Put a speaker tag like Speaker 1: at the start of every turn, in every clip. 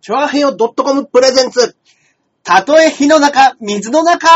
Speaker 1: チョアヘヨ .com プレゼンツ。たとえ火の中、水の中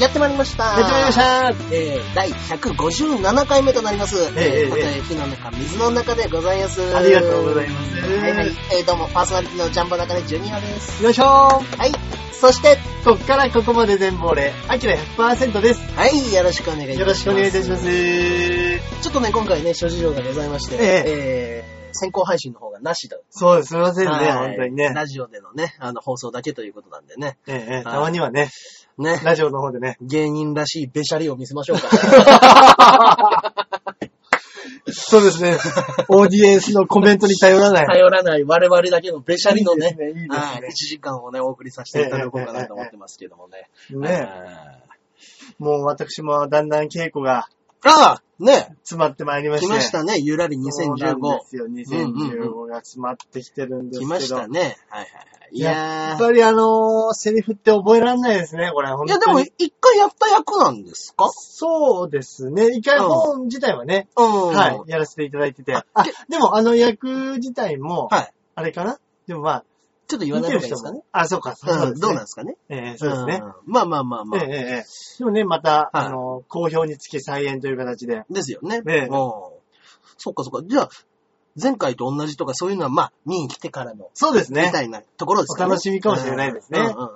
Speaker 1: やってまいりました。
Speaker 2: やってまいりました
Speaker 1: えー、第157回目となります。
Speaker 2: ええ
Speaker 1: たとえ火の中、水の中でございます。
Speaker 2: ありがとうございます。
Speaker 1: はいはい。えー、どうも、パーソナリティのジャンボ中根ジュニアです。
Speaker 2: よいしょー
Speaker 1: はい。そして、
Speaker 2: こっからここまで全部俺、アキラ100%です。
Speaker 1: はい、よろしくお願いいたします。
Speaker 2: よろしくお願いいたします。
Speaker 1: ちょっとね、今回ね、諸事情がございまして、
Speaker 2: ええ
Speaker 1: えー先行配信の方がなしだ。
Speaker 2: そうです、すいませんね、
Speaker 1: はい
Speaker 2: 本当にね。
Speaker 1: ラジオでのね、あの、放送だけということなんでね。
Speaker 2: ええええたまにはね、
Speaker 1: ね。
Speaker 2: ラジオの方でね。
Speaker 1: 芸人らしいべしゃりを見せましょうか。
Speaker 2: そうです ね。オーディエンスのコメントに頼らない。
Speaker 1: 頼らない我々だけのべしゃりのね、
Speaker 2: いいですねいいですね
Speaker 1: はい1時間をね、お送りさせていただこうかなと思ってますけどもね。
Speaker 2: ね、
Speaker 1: あ
Speaker 2: もう私もだんだん稽古が
Speaker 1: ーあー、ね、
Speaker 2: 詰まってまいりまして。
Speaker 1: 来ましたね、ゆらり
Speaker 2: そうなん
Speaker 1: 2015
Speaker 2: で。すよ、
Speaker 1: う
Speaker 2: 2015が詰まってきてるんで
Speaker 1: 来
Speaker 2: すけど。
Speaker 1: ましたね。はいはいはい。い
Speaker 2: や
Speaker 1: や
Speaker 2: っ
Speaker 1: ー。
Speaker 2: ぱりあのーセリフって覚えられないですね、これ。本
Speaker 1: い
Speaker 2: 当
Speaker 1: や
Speaker 2: に
Speaker 1: でも、一回やった役なんですか
Speaker 2: そうですね。一回本自体はね、
Speaker 1: うん
Speaker 2: はい、やらせていただいてて。あ、でもあの役自体も、
Speaker 1: はい。
Speaker 2: あれかなでもまあ、
Speaker 1: ちょっと言わ
Speaker 2: 見
Speaker 1: ない
Speaker 2: て
Speaker 1: 方がい
Speaker 2: る
Speaker 1: いで
Speaker 2: 人
Speaker 1: すかね
Speaker 2: も。。あ、そうか、そううんです
Speaker 1: どうなん
Speaker 2: ね
Speaker 1: で。すかね。
Speaker 2: ええそうですね。
Speaker 1: うん。まあまあまあま
Speaker 2: え
Speaker 1: あ
Speaker 2: え。ええええでもね、また、
Speaker 1: はい
Speaker 2: あの、好評につき再演という形で。
Speaker 1: ですよね。
Speaker 2: ええ
Speaker 1: うん。そっかそっか。じゃあ、前回と同じとかそういうのは、まあ、見に来てからの、
Speaker 2: そうです
Speaker 1: み
Speaker 2: ね。
Speaker 1: たいなところですかね。
Speaker 2: お楽しみかもしれないですね
Speaker 1: うんうんうんうんうん。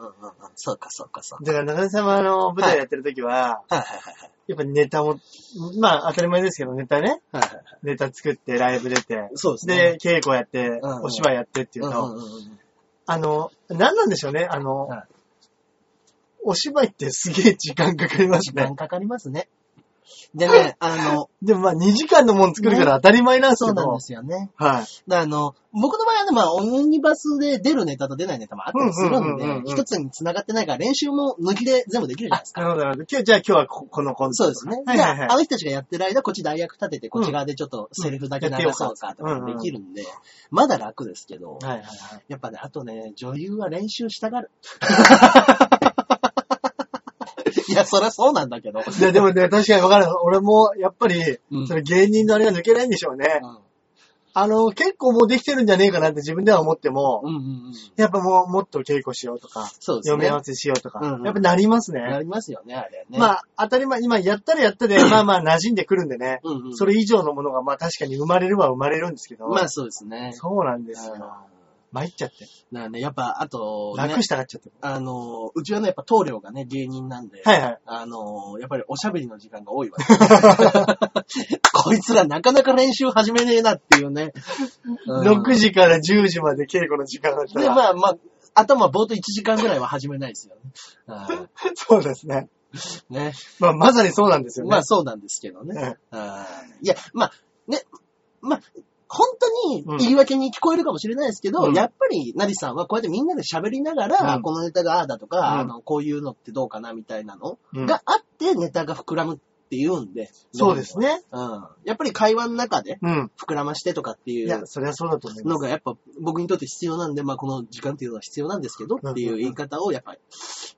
Speaker 1: そうかそうかそうか。
Speaker 2: だから中根さんはあの、舞台やってる時は、
Speaker 1: はいはいはい
Speaker 2: やっぱネタも、まあ当たり前ですけど、ネタね、
Speaker 1: はい。はいはいはい。
Speaker 2: ネタ作ってライブ出て、
Speaker 1: そうですね。
Speaker 2: で、稽古やって
Speaker 1: う、ん
Speaker 2: お芝居やってっていううん
Speaker 1: う
Speaker 2: と、
Speaker 1: んうんうん
Speaker 2: あの、何なんでしょうね、あの、
Speaker 1: はい
Speaker 2: お芝居ってすげえ時間かかります
Speaker 1: 時間
Speaker 2: ね。
Speaker 1: かかりますね。でね、あ の、
Speaker 2: でもまあ2時間のもん作るから当たり前なんです
Speaker 1: そ
Speaker 2: け
Speaker 1: うなん
Speaker 2: ど
Speaker 1: で、すよね。
Speaker 2: はい。
Speaker 1: だあの、僕の場合はね、まあ、オムニバスで出るネタと出ないネタもあったりするん
Speaker 2: うんうんうんうんう
Speaker 1: で、
Speaker 2: ん
Speaker 1: 一つに繋がってないから練習も抜きで全部できるじゃないですか。
Speaker 2: なるほど、なるほど。今日、じゃあ今日はここのコント
Speaker 1: そう
Speaker 2: と
Speaker 1: で
Speaker 2: か。
Speaker 1: すね。
Speaker 2: はいはいは
Speaker 1: じゃ
Speaker 2: い
Speaker 1: あ、あ。の人たちがやってる間、こっち代役立てて、こっち側でちょっとセリフだけ流そうかと
Speaker 2: うんやっ
Speaker 1: か
Speaker 2: てよかった
Speaker 1: できるんで、まだ楽ですけど、
Speaker 2: はいはいはい。
Speaker 1: やっぱね、あとね、女優は練習したがる。 いや、そりゃそうなんだけど。
Speaker 2: いや、でもね、確かにわかる。俺も、やっぱり
Speaker 1: うん、
Speaker 2: それ芸人のあれが抜けないんでしょうね。あの、結構もうできてるんじゃねえかなって自分では思っても
Speaker 1: う、んうんうんうん。
Speaker 2: やっぱもう、もっと稽古しようとか、
Speaker 1: そうです
Speaker 2: 読み
Speaker 1: ね
Speaker 2: 合。わせしようとか
Speaker 1: うんうん、
Speaker 2: やっぱなります
Speaker 1: な
Speaker 2: ね。
Speaker 1: りますよね、あれね。
Speaker 2: まあ、当たり前、今やったらやったで、 まあまあ馴染んでくるんでね
Speaker 1: う、んうん、
Speaker 2: それ以上のものがまあ確かに生まれるは生まれるんですけど、
Speaker 1: まあ、そうですね。
Speaker 2: そうなんで
Speaker 1: う
Speaker 2: す
Speaker 1: んだ
Speaker 2: よ。
Speaker 1: か
Speaker 2: 参っちゃって。
Speaker 1: らね、やっぱ、あと、ね
Speaker 2: 楽、したがっちゃって。
Speaker 1: あの、うちはね、やっぱ棟梁がね、芸人なんで、
Speaker 2: はいはい。
Speaker 1: あのーやっぱりおしゃべりの時間が多いわけ。 こいつらなかなか練習始めねえなっていうね。うん
Speaker 2: 6時から10時まで稽古の時間だった
Speaker 1: で、
Speaker 2: ら、
Speaker 1: まあまあ、頭冒頭1時間ぐらいは始めないですよね。あ
Speaker 2: そうですね。
Speaker 1: ーね
Speaker 2: まあ、まさにそうなんですよね。
Speaker 1: まあそうなんですけどね。
Speaker 2: うん
Speaker 1: あーいや、まあ、ね、まあ、本当に
Speaker 2: うん
Speaker 1: 言い訳に聞こえるかもしれないですけど、
Speaker 2: うん
Speaker 1: やっぱりなりさんはこうやってみんなで喋りながら、
Speaker 2: うん
Speaker 1: このネタがああだとか、
Speaker 2: ん
Speaker 1: あの、こういうのってどうかなみたいなの
Speaker 2: うん
Speaker 1: があって、ネタが膨らむっていうんで。
Speaker 2: そうですね。
Speaker 1: うんやっぱり会話の中で
Speaker 2: うん。
Speaker 1: 膨らましてとかってい
Speaker 2: いや、
Speaker 1: う
Speaker 2: そりゃそうだと思いま
Speaker 1: の
Speaker 2: す。
Speaker 1: がやっぱ僕にとって必要なんで、まあこの時間っていうのは必要なんですけどっていう言い方をやっぱり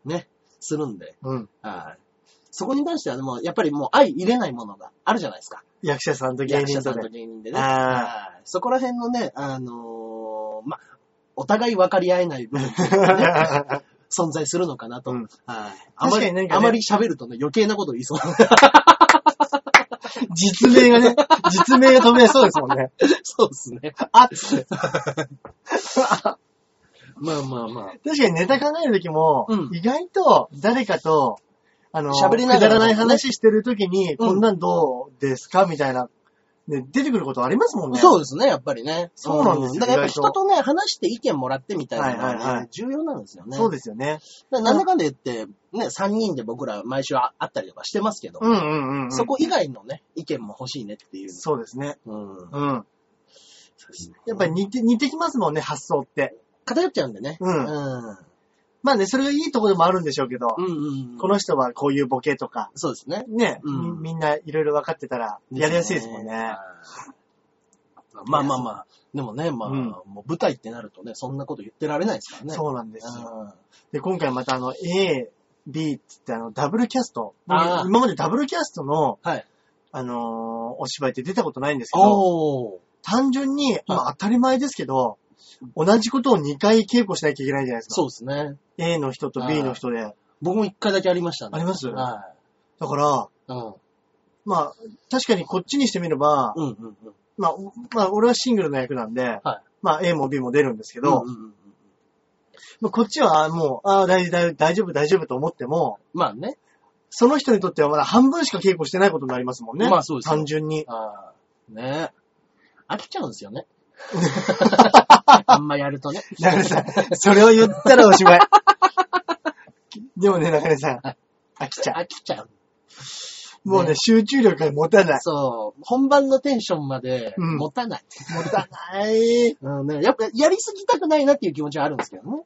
Speaker 1: ね、するんで、
Speaker 2: うん。
Speaker 1: はいそこに関してはねもうやっぱりもう相入れないものがあるじゃないですか。
Speaker 2: 役者さんと芸
Speaker 1: 役
Speaker 2: 人
Speaker 1: 者さ
Speaker 2: と
Speaker 1: んと
Speaker 2: で。
Speaker 1: 芸人でね。
Speaker 2: あー
Speaker 1: はいそこら辺のね、あのーまあ、お互い分かり合えない部分っていうの がね存在するのかなと。
Speaker 2: うん
Speaker 1: はいあま
Speaker 2: 確か
Speaker 1: り、
Speaker 2: に何かね
Speaker 1: あまり喋るとね、余計なこと言いそう。
Speaker 2: 実名がね、実名が飛び出そうですもんね。
Speaker 1: そうですね。
Speaker 2: あっつって。
Speaker 1: まあまあまあ。
Speaker 2: 確かにネタ考えるときも、
Speaker 1: うん
Speaker 2: 意外と誰かと、あの、
Speaker 1: 喋りながら
Speaker 2: くだらない話してるときに、
Speaker 1: うん
Speaker 2: こんなんどうですかみたいな、ね、出てくることありますもんね。
Speaker 1: そうですね、やっぱりね。
Speaker 2: そうなんですよ
Speaker 1: だからやっぱ
Speaker 2: 意
Speaker 1: 人
Speaker 2: 外と
Speaker 1: とね、話して意見もらってみたいなのがね、
Speaker 2: はいはいはい
Speaker 1: 重要なんですよね。
Speaker 2: そう
Speaker 1: で
Speaker 2: ですよね。
Speaker 1: なんだかんだ言って、ね、3人で僕ら毎週会ったりとかしてますけど、
Speaker 2: うんうんうん、うん。
Speaker 1: そこ以外のね、意見も欲しいねっていう。
Speaker 2: そうですね。
Speaker 1: うん。
Speaker 2: うん。やっぱり似て、似てきますもんね、発想って。
Speaker 1: 偏っちゃうんでね。
Speaker 2: うん
Speaker 1: うん。
Speaker 2: まあね、それがいいところでもあるんでしょうけど、
Speaker 1: うんうん。
Speaker 2: この人はこういうボケとか、
Speaker 1: そうですね。
Speaker 2: ね、
Speaker 1: うん
Speaker 2: みみんないろいろ分かってたら、やりやすいですもんね。
Speaker 1: はいまあまあまあ、でもね、まあ、
Speaker 2: うん
Speaker 1: もう舞台ってなるとね、そんなこと言ってられないですからね。う
Speaker 2: そうなんですよ。
Speaker 1: ん
Speaker 2: で、今回またあの、A、B って言ってあの、ダブルキャスト。僕
Speaker 1: あー
Speaker 2: 今までダブルキャストの、
Speaker 1: はい。
Speaker 2: あのーお芝居って出たことないんですけど、
Speaker 1: おー。
Speaker 2: 単純に、まあ当たり前ですけど、同じことを2回稽古しなきゃいけないじゃないですか。
Speaker 1: そうですね。
Speaker 2: A の人と B の人で。
Speaker 1: 僕も一回だけありましたね。
Speaker 2: あります
Speaker 1: は
Speaker 2: だから、
Speaker 1: い。うん。
Speaker 2: まあ、確かにこっちにしてみれば、
Speaker 1: うんうんうん。
Speaker 2: まあ、おまあ、俺はシングルの役なんで、
Speaker 1: はい
Speaker 2: まあ、A も B も出るんですけど、
Speaker 1: うんうんうんうん
Speaker 2: まあ、こっちはもう、ああ、大大大丈夫、大丈夫と思っても、
Speaker 1: まあね。
Speaker 2: その人にとってはまだ半分しか稽古してないことになりますもんね。
Speaker 1: まあそうですよ
Speaker 2: 単純に。
Speaker 1: ああ。ね飽きちゃうんですよ ね。あんまやるとね。
Speaker 2: 中根さん、それを言ったらおしまい。 でもね、中根さん、飽きちゃ
Speaker 1: 飽きちゃう。
Speaker 2: う。もうね、
Speaker 1: ね
Speaker 2: 集中力が持たない。
Speaker 1: そう。本番のテンションまで
Speaker 2: うん
Speaker 1: 持たない。
Speaker 2: 持たない。
Speaker 1: うんね、やっぱやりすぎたくないなっていう気持ちはあるんですけどね。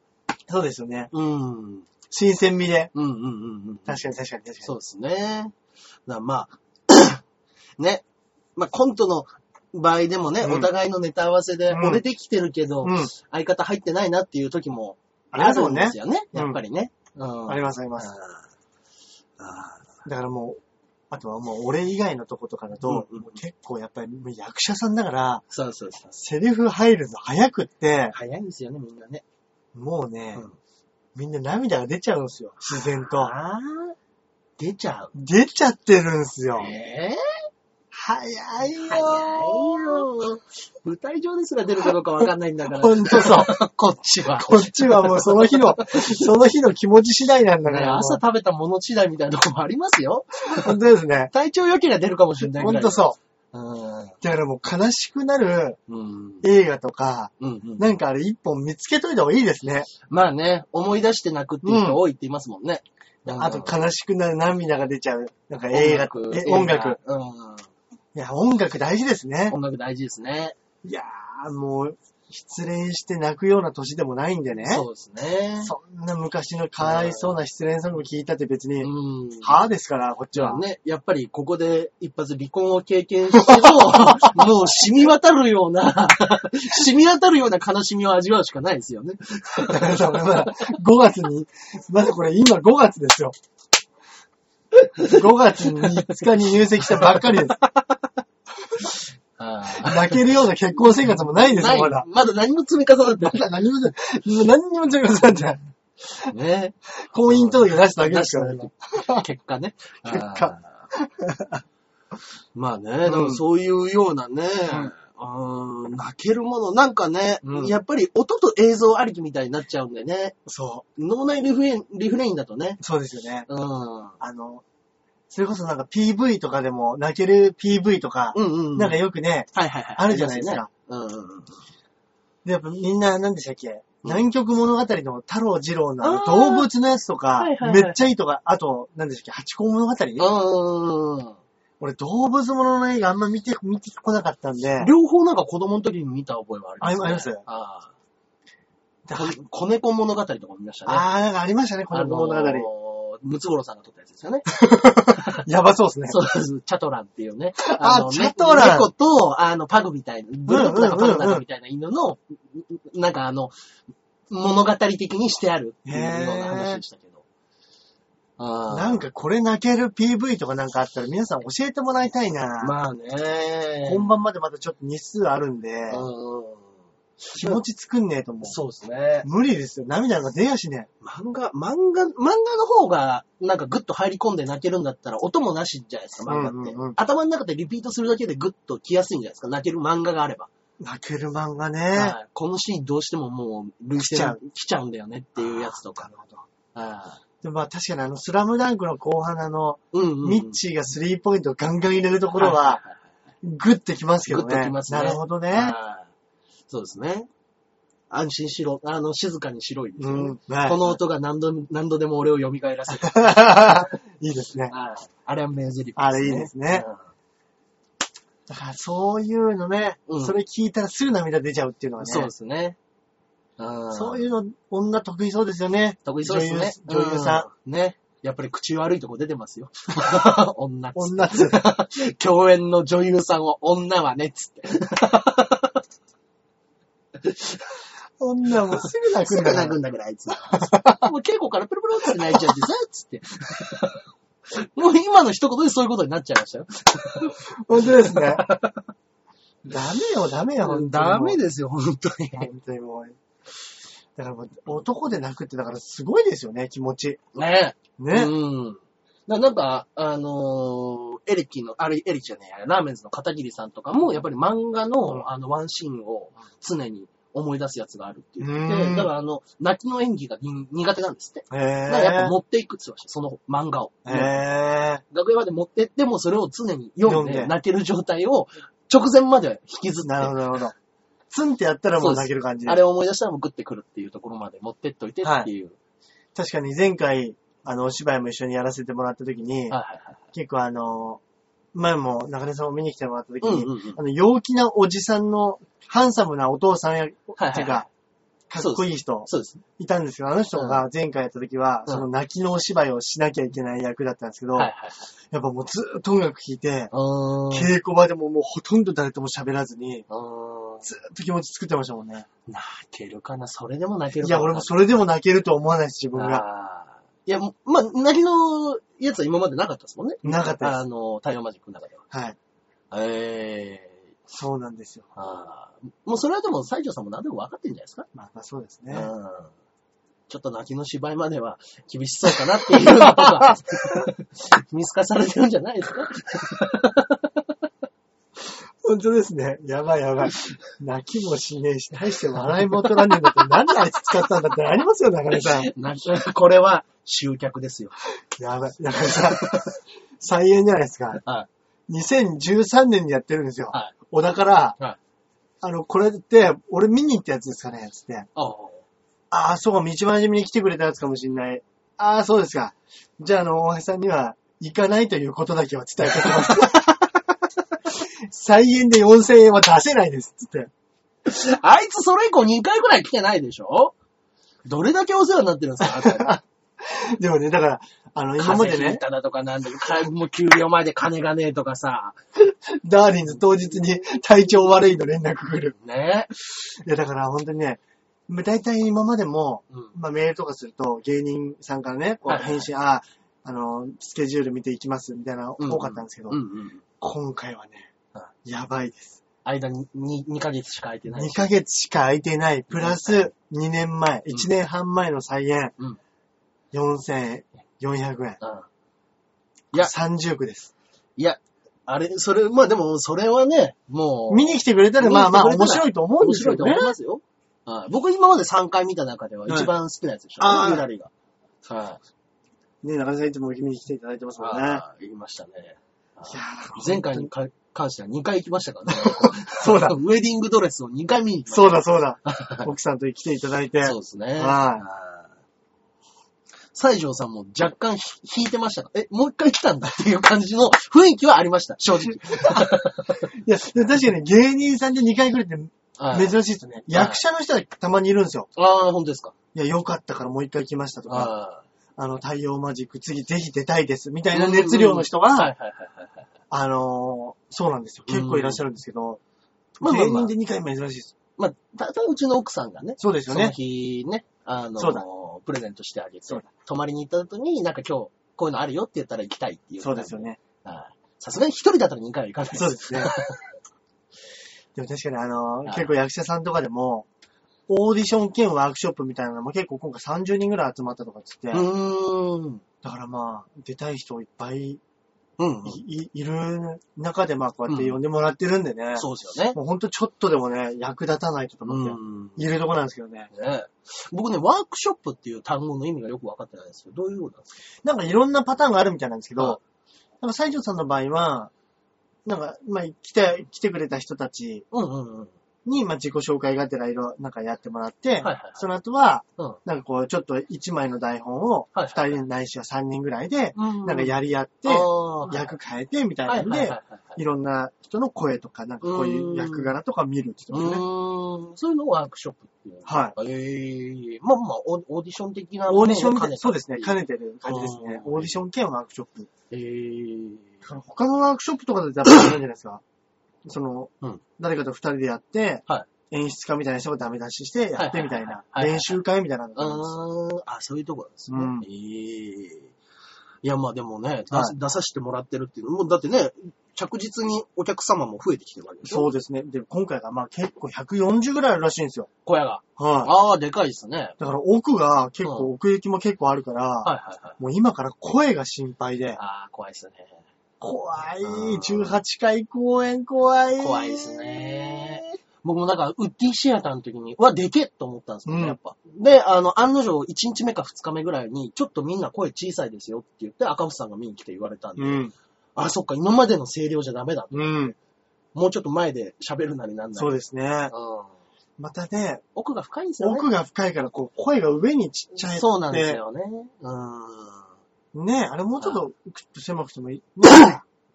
Speaker 2: そうですよね。
Speaker 1: うん。うん
Speaker 2: 新鮮味で。
Speaker 1: うんうんうん。
Speaker 2: 確かに確かに確かに。
Speaker 1: そうですね。だからまあ、 ね。まあコントの場合でもね、
Speaker 2: うん
Speaker 1: お互いのネタ合わせで、
Speaker 2: うん
Speaker 1: 俺できてるけど、
Speaker 2: うん。
Speaker 1: 相方入ってないなっていう時も
Speaker 2: ありま
Speaker 1: あ
Speaker 2: すも
Speaker 1: る
Speaker 2: ん
Speaker 1: ん
Speaker 2: ね
Speaker 1: です。よね。
Speaker 2: うん
Speaker 1: やっぱりね。うん
Speaker 2: ありますあります。
Speaker 1: あーあ
Speaker 2: だからもう、あとはもう俺以外のとことかだと、
Speaker 1: うんうん
Speaker 2: もう結構やっぱりもう役者さんだから
Speaker 1: ー、そうそうそう。
Speaker 2: セリフ入るの早くって、
Speaker 1: 早いんですよね、みんなね。
Speaker 2: もうね、
Speaker 1: うん
Speaker 2: みんな涙が出ちゃうんですよ、自然と。
Speaker 1: ああ、出ちゃう。
Speaker 2: 出ちゃってるんですよ。
Speaker 1: ええ
Speaker 2: 早いよー
Speaker 1: 早いよ。舞台上ですら出るかどうかわかんないんだ か
Speaker 2: ほんとそう。
Speaker 1: ら。こっちは。
Speaker 2: こっちはもうその日の、その日の気持ち次第なんだか
Speaker 1: ね
Speaker 2: ら。
Speaker 1: 朝食べたもの次第みたいなとこもありますよ。
Speaker 2: 本当ですね。
Speaker 1: 体調良ければ出るかもしれない
Speaker 2: ほ
Speaker 1: ぐ
Speaker 2: ん
Speaker 1: らい。
Speaker 2: とそ
Speaker 1: うん。
Speaker 2: う。だからもう悲しくなる
Speaker 1: うん。
Speaker 2: 映画とか、
Speaker 1: うんうん。
Speaker 2: なんかあれ一本見つけといた方がいいですね。
Speaker 1: まあね、思い出して泣くっていう人多いって言いますもんね。うん
Speaker 2: あと悲しくなる涙が出ちゃう。なんか映画、え音楽。。
Speaker 1: 映画うん。
Speaker 2: いや、音楽大事ですね。
Speaker 1: 音楽大事ですね。
Speaker 2: いやー、もう、失恋して泣くような年でもないんでね。
Speaker 1: そうですね。
Speaker 2: そんな昔のかわいそうな失恋ソング聞いたって別に、
Speaker 1: うん。
Speaker 2: はぁですから、こっちは。
Speaker 1: ね、やっぱりここで一発離婚を経験して も、もう染み渡るような、染み渡るような悲しみを味わうしかないですよね。
Speaker 2: だからさ、まだ5月に、まだこれ今5月ですよ。5月に5日に入籍したばっかりです。泣けるような結婚生活もないです
Speaker 1: な
Speaker 2: よ、
Speaker 1: い
Speaker 2: まだ。
Speaker 1: まだ何も積み重なって
Speaker 2: まだ何もじゃ、何にも違うことなんじゃない。
Speaker 1: ない。ね。
Speaker 2: 婚姻届出しただけですから、
Speaker 1: 出結果ね。
Speaker 2: 結果
Speaker 1: あー。まあね、だからそういうようなね、うん、泣けるもの、なんかね、
Speaker 2: うん
Speaker 1: やっぱり音と映像ありきみたいになっちゃうんでね、
Speaker 2: そ
Speaker 1: 脳内リフレインリフレインだとね、
Speaker 2: う。そうですよね。
Speaker 1: うん、
Speaker 2: あの、それこそなんか PV とかでも、泣ける PV とか、
Speaker 1: うんうんうん。
Speaker 2: なんかよくね、
Speaker 1: はいはいはい。
Speaker 2: あるじゃないですか。
Speaker 1: うんうんうん。
Speaker 2: で、やっぱみんな、なんでしたっけ南極物語の太郎二郎のあの動物のやつとか
Speaker 1: あーはいはいは
Speaker 2: め
Speaker 1: い
Speaker 2: っちゃいいとか、あと、なんでしたっけ八甲物語
Speaker 1: うん。
Speaker 2: 俺、動物ものの映画あんま見て、見てこなかったんで、
Speaker 1: 両方なんか子供の時に見た覚えはあります、ね。
Speaker 2: あります
Speaker 1: あ
Speaker 2: で
Speaker 1: あこ子猫物語とかも見ましたね。
Speaker 2: あー、なんかありましたね、この物語。
Speaker 1: あのームツゴロウさんが撮ったやつですよね。
Speaker 2: やばそうですね。
Speaker 1: そうです。チャトランっていうね。
Speaker 2: あ
Speaker 1: の
Speaker 2: チャトラン
Speaker 1: ね猫と、あの、パグみたいな、ブルークだか
Speaker 2: うんうんう
Speaker 1: パ
Speaker 2: ん
Speaker 1: グ
Speaker 2: うん
Speaker 1: だかみたいな犬の、なんかあの、物語的にしてあるっていうような話でしたけど。あー
Speaker 2: なんかこれ泣ける PV とかなんかあったら皆さん教えてもらいたいな。
Speaker 1: まあね。
Speaker 2: 本番までまだちょっと日数あるんで、
Speaker 1: うんうん
Speaker 2: 気持ち作んねえと思う。
Speaker 1: そうですね。
Speaker 2: 無理ですよ。涙が出やしね。
Speaker 1: 漫画、漫画、漫画の方が、なんかグッと入り込んで泣けるんだったら、音もなしじゃないですか、漫画って。
Speaker 2: うんうんうん
Speaker 1: 頭の中でリピートするだけでグッと来やすいんじゃないですか、泣ける漫画があれば。
Speaker 2: 泣ける漫画ね。
Speaker 1: はいこのシーンどうしてももう、類
Speaker 2: 来ちゃ
Speaker 1: 線
Speaker 2: う
Speaker 1: 来ちゃうんだよねっていうやつとか。はい
Speaker 2: でもまあ確かにあの、スラムダンクの後半のあの、
Speaker 1: うんうんうん。
Speaker 2: ミッチーがスリーポイントをガンガン入れるところ
Speaker 1: はい
Speaker 2: は、グッてきますけどね。
Speaker 1: グッときますね
Speaker 2: なるほど
Speaker 1: いはい
Speaker 2: ね。
Speaker 1: はいそうですね。安心しろ、あの、静かにしろいです
Speaker 2: う
Speaker 1: よね
Speaker 2: ん。はい
Speaker 1: この音が何度、何度でも俺を蘇らせる。
Speaker 2: いいですね。
Speaker 1: はいあれは名台詞ですね。
Speaker 2: あれいいですね
Speaker 1: うん
Speaker 2: だからそういうのね、
Speaker 1: うん
Speaker 2: それ聞いたらすぐ涙出ちゃうっていうのはね。
Speaker 1: そうですね。うん
Speaker 2: そういうの、女得意そうですよね。
Speaker 1: 得意そうですね。
Speaker 2: 女優女優さ
Speaker 1: うん。ね。やっぱり口悪いとこ出てます よ。女っつっ
Speaker 2: 女っつう。
Speaker 1: て。共演の女優さんを女はねっつって。
Speaker 2: そんなもうすぐ泣く
Speaker 1: す
Speaker 2: ん
Speaker 1: ぐ
Speaker 2: だ
Speaker 1: 泣く
Speaker 2: から。
Speaker 1: んだから、あいつ。もう稽古からプルプルって泣いちゃってさ、つ って。もう今の一言でそういうことになっちゃいましたよ。
Speaker 2: 本当ですね。ダメよ、ダメよ、本当にもう
Speaker 1: ダメですよ、本当に。
Speaker 2: 本当にもう。だからもう男で泣くって、だからすごいですよね、気持ち。
Speaker 1: ね
Speaker 2: ね。
Speaker 1: うん。ななんか、あのーエレキの、あれ、エレキじゃねえや、ラーメンズの片桐さんとかも、やっぱり漫画の、
Speaker 2: うん
Speaker 1: あの、ワンシーンを常に思い出すやつがあるって言って
Speaker 2: う
Speaker 1: て、
Speaker 2: ん
Speaker 1: だからあの、泣きの演技がに苦手なんですって。だ
Speaker 2: へ
Speaker 1: からやっぱ
Speaker 2: ぇ
Speaker 1: 持っていくって言ってました、その漫画を。
Speaker 2: ー。へ
Speaker 1: 学園まで持ってっても、それを常に読ん
Speaker 2: 読
Speaker 1: で、
Speaker 2: んで
Speaker 1: 泣ける状態を直前まで引きずって、
Speaker 2: ぇなるほど、なるほど。ツンってやったらもう泣ける感じで
Speaker 1: あれを思い出したらもうグッてくるっていうところまで持ってっといてっていう。
Speaker 2: 確かに前回、あの、お芝居も一緒にやらせてもらった時に、
Speaker 1: はいはいはい。
Speaker 2: 結構あの、前も中根さんを見に来てもらった時
Speaker 1: うん
Speaker 2: に、
Speaker 1: うんうん。
Speaker 2: あの、陽気なおじさんの、ハンサムなお父さんや、っていう
Speaker 1: はいは
Speaker 2: か、かっこいい人、
Speaker 1: そうですね。
Speaker 2: いたんですけど、あの人が前回やった時は、
Speaker 1: うん
Speaker 2: その泣きのお芝居をしなきゃいけない役だったんですけど、
Speaker 1: はいはいはい。
Speaker 2: やっぱもうずーっと音楽聴いて、
Speaker 1: うーん
Speaker 2: 稽古場でももうほとんど誰とも喋らずに、
Speaker 1: うーん
Speaker 2: ずーっと気持ち作ってましたもんね。
Speaker 1: 泣けるかなそれでも泣ける
Speaker 2: い
Speaker 1: かな
Speaker 2: や、俺もそれでも泣けるとは思わないです、自分
Speaker 1: あ
Speaker 2: が。
Speaker 1: ーいや、もうまあ、泣きのやつは今までなかったですもんね。
Speaker 2: なかった
Speaker 1: あの、太陽マジックの中では。
Speaker 2: はい。
Speaker 1: ええ
Speaker 2: そうなんですよ。
Speaker 1: あーもうそれはでも西条さんも何でも分かってんじゃないですか、
Speaker 2: まあ、まあ、そうですね。
Speaker 1: うん。ちょっと泣きの芝居までは厳しそうかなっていうのとか、見透かされてるんじゃない ですか
Speaker 2: 本当ですね。やばいやばい。泣きもしねえし、大して笑いも取らねえんだって、なんであいつ使ったんだってありますよ、中根さん。
Speaker 1: 泣きこれは集客ですよ。
Speaker 2: やばい、中 根さん。再演じゃないですか。
Speaker 1: は
Speaker 2: 2013年にやってるんですよ。
Speaker 1: はい
Speaker 2: 小田から、
Speaker 1: はい
Speaker 2: あの、これって、俺見に行ったやつですかねつって。
Speaker 1: ああ。
Speaker 2: ああ、そうか、道真面目に来てくれたやつかもしんない。ああ、そうですか。じゃあ、あの、大橋さんには、行かないということだけは伝えてお きます。再演で4000円は出せないです、つって。
Speaker 1: あいつそれ以降2回くらい来てないでしょどれだけお世話になってるん ですかあなた
Speaker 2: でもね、だから、あの、今
Speaker 1: 風
Speaker 2: まで
Speaker 1: 邪ひい
Speaker 2: ね、
Speaker 1: ただとかなんだか、もう給料前で金がねえとかさ、
Speaker 2: ダーリンズ当日に体調悪いの連絡来る。
Speaker 1: ね
Speaker 2: いや、だから本当にね、まあ大体今までも、
Speaker 1: うん
Speaker 2: まあ、メールとかすると、芸人さんからね、こ
Speaker 1: はいう
Speaker 2: 返信、ああ、あの、スケジュール見ていきます、みたいな、多かったんですけど、
Speaker 1: うんうん。
Speaker 2: 今回はね
Speaker 1: は、
Speaker 2: やばいです。
Speaker 1: 間に 2, 2ヶ月しか空いてない
Speaker 2: 2
Speaker 1: し。
Speaker 2: ヶ月しか空いてない、プラス2年前、
Speaker 1: うん
Speaker 2: 1年半前の再演、
Speaker 1: うん
Speaker 2: 4400円、
Speaker 1: うんいや
Speaker 2: 30区です。
Speaker 1: いや、あれ、それ、まあでも、それはね、もう、
Speaker 2: 見に来てくれたら、まあまあ
Speaker 1: 見に来てくれ
Speaker 2: 面
Speaker 1: たら
Speaker 2: 白いと思うん
Speaker 1: 面
Speaker 2: です
Speaker 1: 白
Speaker 2: よ
Speaker 1: い
Speaker 2: ね
Speaker 1: と。思いますよ。はい僕今まで3回見た中では一番好きなやつでしょ、
Speaker 2: はいあー
Speaker 1: ゆらりが。は
Speaker 2: ね、中根さんいつも見に来ていただいてますもんね。いや
Speaker 1: あー言いましたね。
Speaker 2: ー
Speaker 1: 前回にか関しては2回行きましたからね。
Speaker 2: そうだ
Speaker 1: ウェディングドレスを2回見に行きました
Speaker 2: そうだそ うだ。奥さんと来ていただいて。
Speaker 1: そうですね。
Speaker 2: はい
Speaker 1: い。西条さんも若干ひ引いてましたかえ、もう一回来たんだっていう感じの雰囲気はありました、正 直。
Speaker 2: いや、で確かに芸人さんで2回来るって
Speaker 1: はい
Speaker 2: 珍しいですね。役者の人はたまにいるんですよ。
Speaker 1: ああ、本当ですか。
Speaker 2: いや、よかったからもう一回来ましたとか、
Speaker 1: あ
Speaker 2: あの、太陽マジック次ぜひ出たいです、みた
Speaker 1: あ
Speaker 2: いな熱量の人
Speaker 1: はいは
Speaker 2: が、
Speaker 1: いはいはいはい。
Speaker 2: あのー、そうなんですよ。結構いらっしゃるんですけど、
Speaker 1: まあまあ
Speaker 2: 芸
Speaker 1: まあ
Speaker 2: 人で2回も珍しいです。
Speaker 1: まあ、ただうちの奥さんがね、
Speaker 2: そうですよ
Speaker 1: その
Speaker 2: ね。
Speaker 1: 日ね、あ
Speaker 2: そうだ
Speaker 1: の、プレゼントしてあげて
Speaker 2: そうだ、
Speaker 1: 泊まりに行った後に、なんか今日、こういうのあるよって言ったら行きたいっていう。
Speaker 2: そうですよ。ね。
Speaker 1: はいさすがに一人だったら2回は行かない
Speaker 2: そうで すね。でも確かにあの
Speaker 1: は
Speaker 2: ー、
Speaker 1: い
Speaker 2: 結構役者さんとかでも、オーディション兼ワークショップみたいなのも結構今回30人ぐらい集まったとかっつって、
Speaker 1: うーん。
Speaker 2: だからまあ、出たい人いっぱい
Speaker 1: うんうん。
Speaker 2: いいいる中で、まあ、こうやって呼んでもらってるんでね。
Speaker 1: そうですよね。
Speaker 2: もうほんとちょっとでもね、役立たない人とかって、
Speaker 1: ん。
Speaker 2: いるとこなんですけどね。
Speaker 1: ね、僕ね、ワークショップっていう単語の意味がよく分かってないんですよ。どういうことなんですか
Speaker 2: なんかいろんなパターンがあるみたいなんですけ
Speaker 1: はい
Speaker 2: ど、なんか西条さんの場合は、なんか、まあ、来て、来てくれた人たち
Speaker 1: うんうんうん。
Speaker 2: に、まあ、自己紹介がてらいろ、なんかやってもらって、
Speaker 1: いはいはい
Speaker 2: その後は、
Speaker 1: うん
Speaker 2: なんかこう、ちょっと1枚の台本を、
Speaker 1: はいはい
Speaker 2: 2人ないしは3人ぐらいで、
Speaker 1: うん
Speaker 2: なんかやり合って、
Speaker 1: 役
Speaker 2: 役変えてみたい
Speaker 1: は
Speaker 2: ないん
Speaker 1: はいはい
Speaker 2: で
Speaker 1: は、い。
Speaker 2: いろんな人の声とか、なんかこういう役柄とか見るって言
Speaker 1: う
Speaker 2: ってましたね。
Speaker 1: ーん。そういうのをワークショップっていう。
Speaker 2: はい。
Speaker 1: い。ええまあまあ、オオーディション的な。
Speaker 2: オーディションみたい
Speaker 1: ね
Speaker 2: そうですね、兼ねてる感じですね。
Speaker 1: うん
Speaker 2: オーディション兼ワークショップ。
Speaker 1: ええ
Speaker 2: だから他のワークショップとかだったらやっぱりあれなんじゃないですか。その、
Speaker 1: うん
Speaker 2: 誰かと二人でやって、
Speaker 1: は
Speaker 2: 演出家みたいな人をダメ出ししてやってみた
Speaker 1: はい
Speaker 2: いな、
Speaker 1: はいはいはい
Speaker 2: 練習会みたいなのだと思うんです
Speaker 1: あーあ、そういうとこなんですね。
Speaker 2: うん
Speaker 1: ええいや、まあでもね、出,、
Speaker 2: はい
Speaker 1: 出させてもらってるっていうのも、だってね、着実にお客様も増えてきてるわけでしょ
Speaker 2: そうですね。で、今回がまあ結構140ぐらいあるらしいんですよ。
Speaker 1: 小屋が。
Speaker 2: は
Speaker 1: ああ、でかいですね。はい
Speaker 2: い。だから奥が結
Speaker 1: う
Speaker 2: 構、奥行きも結構あるから、
Speaker 1: はいはい。
Speaker 2: もう今から声が心配で、
Speaker 1: ああ、怖いですね。
Speaker 2: 怖い
Speaker 1: うん、
Speaker 2: 18回公演怖い。
Speaker 1: 怖いですね。僕もだから、ウッディシアターの時に、うわ、でけっと思ったんですよね、
Speaker 2: うん
Speaker 1: やっぱ。で、あの、案の定、1日目か2日目ぐらいに、ちょっとみんな声小さいですよって言って、赤星さんが見に来て言われたんで、
Speaker 2: うん、
Speaker 1: あ、そっか、今までの声量じゃダメだ。
Speaker 2: うん、
Speaker 1: もうちょっと前で喋るなりなんなり。
Speaker 2: そうですね。
Speaker 1: うん
Speaker 2: またね、
Speaker 1: 奥が深いんですよね。
Speaker 2: 奥が深いから、こう、声が上にちっちゃい。
Speaker 1: そうなんです。よね。うん。
Speaker 2: ねあれもうちょっと、くっと狭くてもいい。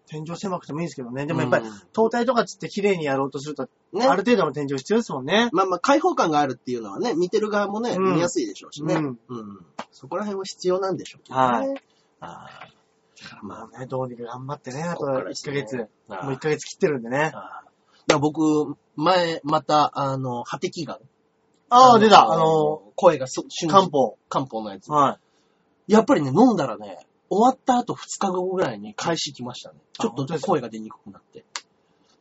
Speaker 2: 天井狭くてもいいんですけどね。でもやっぱり
Speaker 1: うん、
Speaker 2: 灯体とかつって綺麗にやろうとすると、
Speaker 1: ね。
Speaker 2: ある程度の天井必要ですもんね。
Speaker 1: まあまあ、開放感があるっていうのはね、見てる側もね、
Speaker 2: うん
Speaker 1: 見やすいでしょうしね。
Speaker 2: う
Speaker 1: うんん。そこら辺は必要なんでしょうけどね。
Speaker 2: はい。
Speaker 1: ああ。だからま
Speaker 2: ま
Speaker 1: あ、
Speaker 2: あね、どうにか頑張ってね、あと
Speaker 1: こっからで
Speaker 2: 1
Speaker 1: す
Speaker 2: ヶ
Speaker 1: ね
Speaker 2: 月。もう
Speaker 1: ああ
Speaker 2: 1ヶ月切ってるんでね。
Speaker 1: ああだから僕、前、また、あの、果て祈願。
Speaker 2: ああ、
Speaker 1: の
Speaker 2: 出た。あの、、
Speaker 1: 声がそ瞬
Speaker 2: 漢
Speaker 1: 時
Speaker 2: 方。
Speaker 1: 漢方のやつ。
Speaker 2: はい。
Speaker 1: やっぱりね、飲んだらね、終わった後2日後ぐらいに開始きましたね。
Speaker 2: あ
Speaker 1: ちょ
Speaker 2: 本
Speaker 1: っ
Speaker 2: 当
Speaker 1: と
Speaker 2: ですか
Speaker 1: 声が出にくくなって。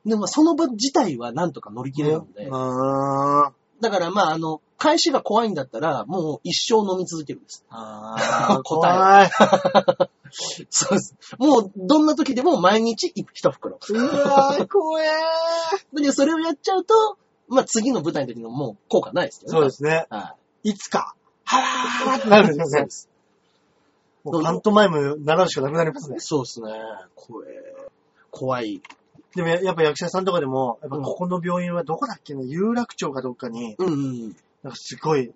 Speaker 1: でも、その場自体はなんとか乗り切れたんで、
Speaker 2: うーん。
Speaker 1: だからまあ、あの、返しが怖いんだったら、もう一生飲み続けるんです。
Speaker 2: あ
Speaker 1: 答
Speaker 2: ー 怖い。
Speaker 1: そうです。もう、どんな時でも毎日一袋。
Speaker 2: うわー、怖え
Speaker 1: で、それをやっちゃうと、まあ、次の舞台の時のもう効果ないですけ
Speaker 2: ー。
Speaker 1: どね。
Speaker 2: そうで。すね。
Speaker 1: はい
Speaker 2: つか、はわーってなるん
Speaker 1: い。
Speaker 2: です
Speaker 1: そ
Speaker 2: よ
Speaker 1: う
Speaker 2: ね
Speaker 1: で。す。
Speaker 2: もうパントマイム習うしかなくなりますね。
Speaker 1: そうですね。怖い。怖い。
Speaker 2: でもややっぱ役者さんとかでも、やっぱここの病院はどこだっけね、有楽町かどっかに、
Speaker 1: うんうん。
Speaker 2: なんかすごい